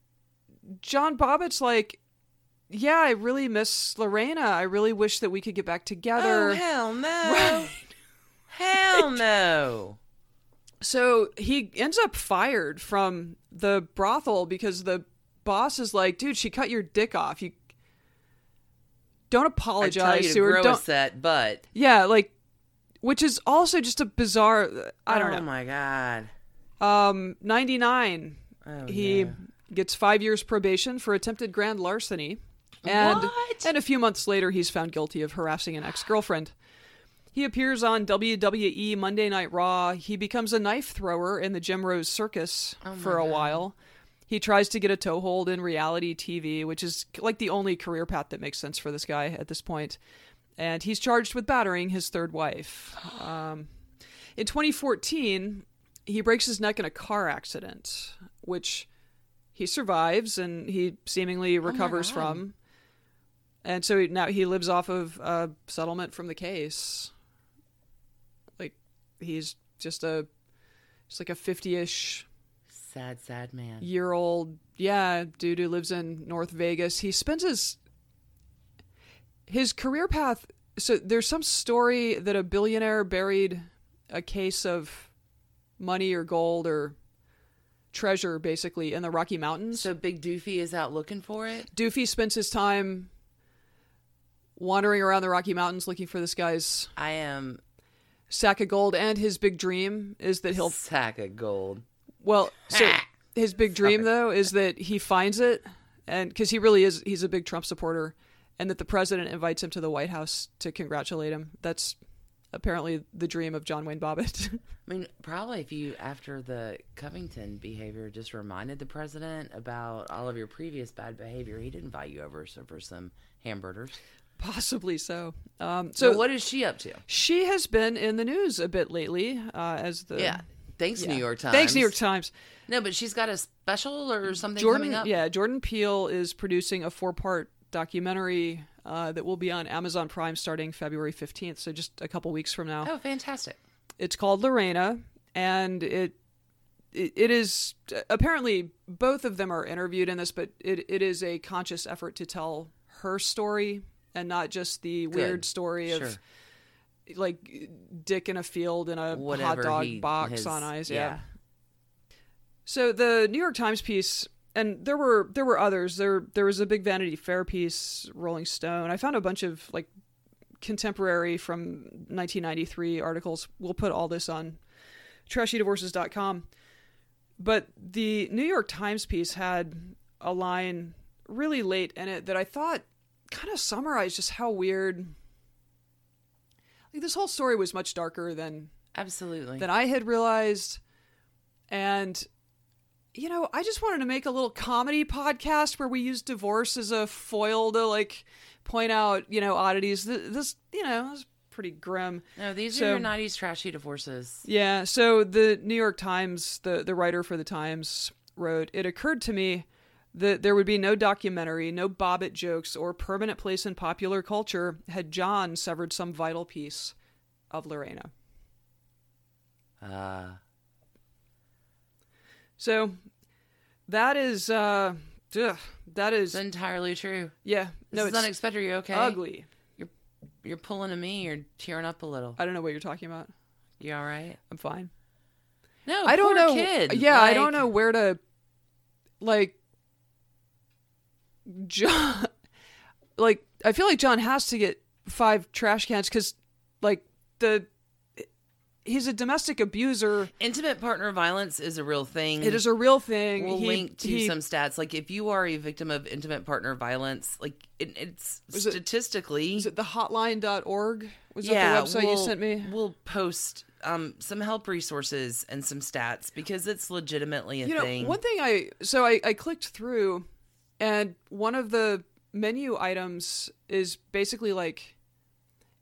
S3: John Bobbitt's like, yeah, I really miss Lorena. I really wish that we could get back together.
S2: Oh hell no.
S3: Right.
S2: *laughs* Hell no.
S3: So he ends up fired from the brothel because the boss is like, dude, she cut your dick off. You don't
S2: I
S3: apologize
S2: tell you to,
S3: her.
S2: grow a
S3: don't
S2: set, but
S3: Yeah, like which is also just a bizarre I don't
S2: oh
S3: know.
S2: my god.
S3: Um 99.
S2: Oh,
S3: he
S2: no.
S3: gets 5 years probation for attempted grand larceny. And
S2: What?
S3: and a few months later he's found guilty of harassing an ex-girlfriend. He appears on WWE Monday Night Raw. He becomes a knife thrower in the Jim Rose Circus
S2: Oh,
S3: for a while. He tries to get a toehold in reality TV, which is like the only career path that makes sense for this guy at this point. And he's charged with battering his third wife. Um, in 2014, he breaks his neck in a car accident, which he survives and he seemingly recovers from. And so now he lives off of a settlement from the case. Like he's just a just like a 50ish
S2: Sad, sad man.
S3: year old yeah dude who lives in north vegas he spends his his career path so there's some story that a billionaire buried a case of money or gold or treasure basically in the rocky mountains
S2: So Big Doofy is out looking for it.
S3: doofy spends his time wandering around the rocky mountains looking for this guy's
S2: I am
S3: sack of gold and his big dream is that he'll
S2: sack of gold.
S3: Well, so
S2: Ah.
S3: his big dream though is that he finds it, and because he really is, he's a big Trump supporter, and that the president invites him to the White House to congratulate him. That's apparently the dream of John Wayne Bobbitt. *laughs*
S2: I mean, probably if you, after the Covington behavior, just reminded the president about all of your previous bad behavior, he'd invite you over so for some hamburgers.
S3: Possibly so. Um,
S2: So,
S3: so
S2: what is she up to?
S3: she has been in the news a bit lately uh, as the
S2: Yeah. Thanks, New York Times.
S3: Thanks, New York Times.
S2: No, but she's got a special or something
S3: Jordan,
S2: coming up.
S3: yeah, Jordan Peele is producing a four-part documentary uh, that will be on Amazon Prime starting February fifteenth. So just a couple weeks from now.
S2: Oh, fantastic.
S3: It's called Lorena, and it, it it is apparently both of them are interviewed in this, but it, it is a conscious effort to tell her story and not just the weird story of
S2: Sure.
S3: like dick in a field in a
S2: Whatever
S3: hot dog
S2: he-
S3: box
S2: his-
S3: on ice.
S2: yeah.
S3: yeah. So the New York Times piece, and there were there were others. There there was a big Vanity Fair piece, Rolling Stone. I found a bunch of like contemporary from 1993 articles. We'll put all this on trashydivorces.com. But the New York Times piece had a line really late in it that I thought kind of summarized just how weird. Like this whole story was much darker than
S2: Absolutely.
S3: than I had realized. And, you know, I just wanted to make a little comedy podcast where we use divorce as a foil to like point out, you know, oddities. Th- This, you know, is pretty grim.
S2: no, these
S3: So-
S2: are your 90s trashy divorces.
S3: Yeah. So the New York Times, the, the writer for the Times wrote, It occurred to me that there would be no documentary, no Bobbit jokes, or permanent place in popular culture had John severed some vital piece of Lorena.
S2: Uh,
S3: So that is uh ugh, that is
S2: it's entirely true.
S3: yeah
S2: This
S3: no
S2: is
S3: it's
S2: unexpected. Are you okay?
S3: ugly.
S2: You're pulling a me. You're tearing up a little.
S3: I don't know what you're talking about.
S2: You all right?
S3: I'm fine.
S2: No,
S3: I don't
S2: Oh, poor
S3: know.
S2: Kid.
S3: Yeah, I don't
S2: Like,
S3: know where to like John *laughs* like I feel like John has to get five trash cans cuz like the he's a domestic abuser.
S2: Intimate partner violence is a real thing.
S3: It is a real thing.
S2: Mm. We'll
S3: He-
S2: link to
S3: he-
S2: some stats. Like if you are a victim of intimate partner violence, like it, it's
S3: it-
S2: statistically.
S3: is it the hotline.org? Was
S2: yeah,
S3: that the website
S2: we'll,
S3: you sent me?
S2: We'll post um, some help resources and some stats because it's legitimately a
S3: you know
S2: thing.
S3: one thing i so I, I clicked through and one of the menu items is basically like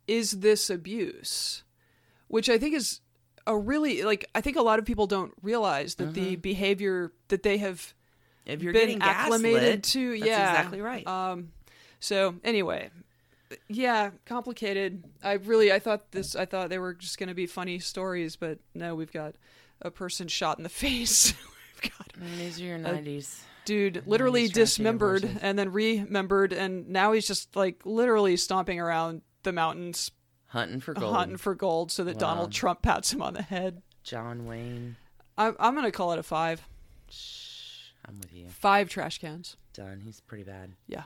S3: is this abuse which i think is a really like i think a lot of people don't realize that the behavior that they have
S2: if Mm-hmm. you're
S3: been
S2: getting gaslit,
S3: acclimated to
S2: that's
S3: yeah
S2: exactly right.
S3: um so anyway yeah complicated i really i thought this i thought they were just going to be funny stories but no we've got a person shot in the *laughs* face we've got
S2: And these are your nineties.
S3: dude literally
S2: he's trying to
S3: dismembered
S2: divorce us.
S3: and then remembered and now he's just like literally stomping around the mountains
S2: Hunting for gold.
S3: hunting for gold so that donald trump pats him on the head
S2: John Wayne.
S3: I, i'm gonna call it a five
S2: Shh, I'm with you.
S3: five trash cans
S2: Done. He's pretty bad.
S3: yeah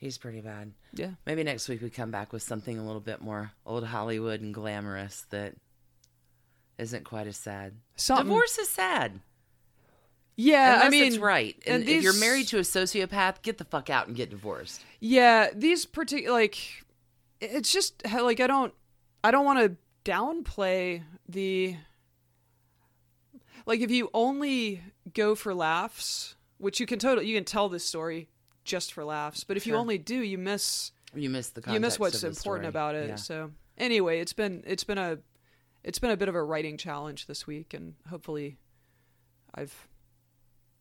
S2: He's pretty bad.
S3: yeah
S2: Maybe next week we come back with something a little bit more old Hollywood and glamorous that isn't quite as sad.
S3: Something-
S2: Divorce is sad.
S3: yeah
S2: Unless
S3: Uh, i mean
S2: it's right. And, if
S3: these-
S2: you're married to a sociopath, get the fuck out and get divorced.
S3: yeah these particular like it's just how- like i don't i don't want to downplay the like if you only go for laughs which you can totally you can tell this story just for laughs but if you only do you miss
S2: You miss the context
S3: you miss what's
S2: of the
S3: important
S2: story.
S3: about it
S2: Yeah.
S3: so anyway it's been it's been a it's been a bit of a writing challenge this week and hopefully i've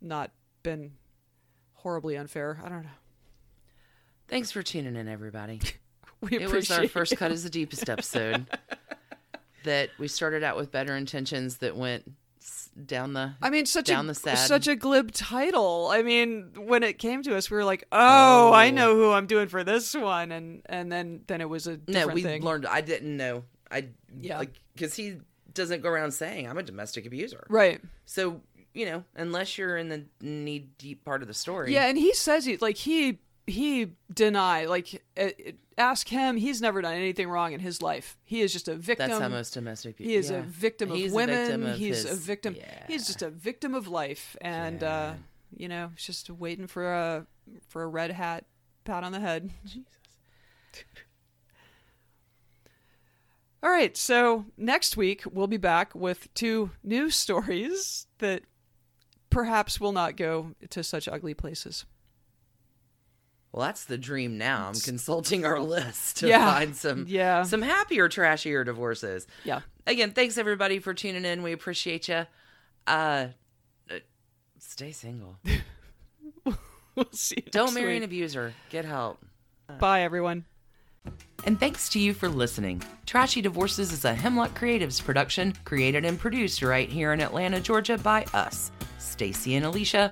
S3: not been horribly unfair i don't know *laughs*
S2: Thanks for tuning in, everybody.
S3: we
S2: it was our
S3: appreciate
S2: first cut is the deepest episode
S3: *laughs*
S2: that we started out with better intentions that went s- down the
S3: I mean, such
S2: down
S3: a
S2: the sad.
S3: such a glib title. I mean, when it came to us, we were like, "Oh, I
S2: Oh.
S3: know who I'm doing for this one," and and then then it was a
S2: No,
S3: different
S2: we
S3: thing.
S2: learned. I didn't know. I yeah,
S3: Yeah.
S2: because he doesn't go around saying I'm a domestic abuser.
S3: right?
S2: So you know, unless you're in the knee deep part of the story,
S3: Yeah, and he says he like he he deny like uh, ask him. He's never done anything wrong in his life. He is just a victim.
S2: that's how most domestic. abu-
S3: he is
S2: yeah.
S3: a victim of
S2: He's a
S3: women.
S2: victim of
S3: he's a
S2: his-
S3: victim.
S2: yeah.
S3: He's just a victim of life, and uh, you know, it's just waiting for a for a red hat pat on the head. Jesus. *laughs* All All right, so next week we'll be back with two new *laughs* stories that perhaps will not go to such ugly places.
S2: Well, that's the dream now. I'm consulting our list to
S3: Yeah.
S2: find some
S3: Yeah.
S2: some happier, trashier divorces. *laughs*
S3: Yeah.
S2: Again, thanks everybody for tuning in. We appreciate you. Uh, uh, stay
S3: *laughs*
S2: single.
S3: We'll see. you
S2: Don't
S3: next
S2: marry an
S3: week.
S2: abuser. Get help.
S3: Bye, everyone.
S2: And thanks to you for listening. Trashy Divorces is a Hemlock Creatives production, created and produced right here in Atlanta, Georgia by us, Stacy and Alicia,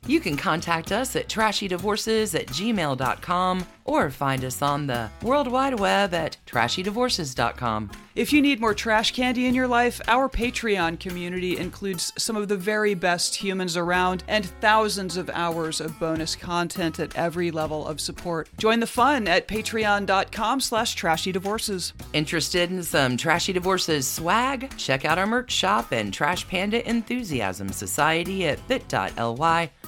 S2: You can contact us at trashydivorces at gmail.com or find us on the World Wide Web at trashydivorces.com.
S3: If you need more trash candy in your life, our Patreon community includes some of the very best humans around and thousands of hours of bonus content at every level of support. Join the fun at patreon.com slash trashy divorces.
S2: Interested in some Trashy Divorces swag? Check out our merch shop and Trash Panda Enthusiasm Society at bit.ly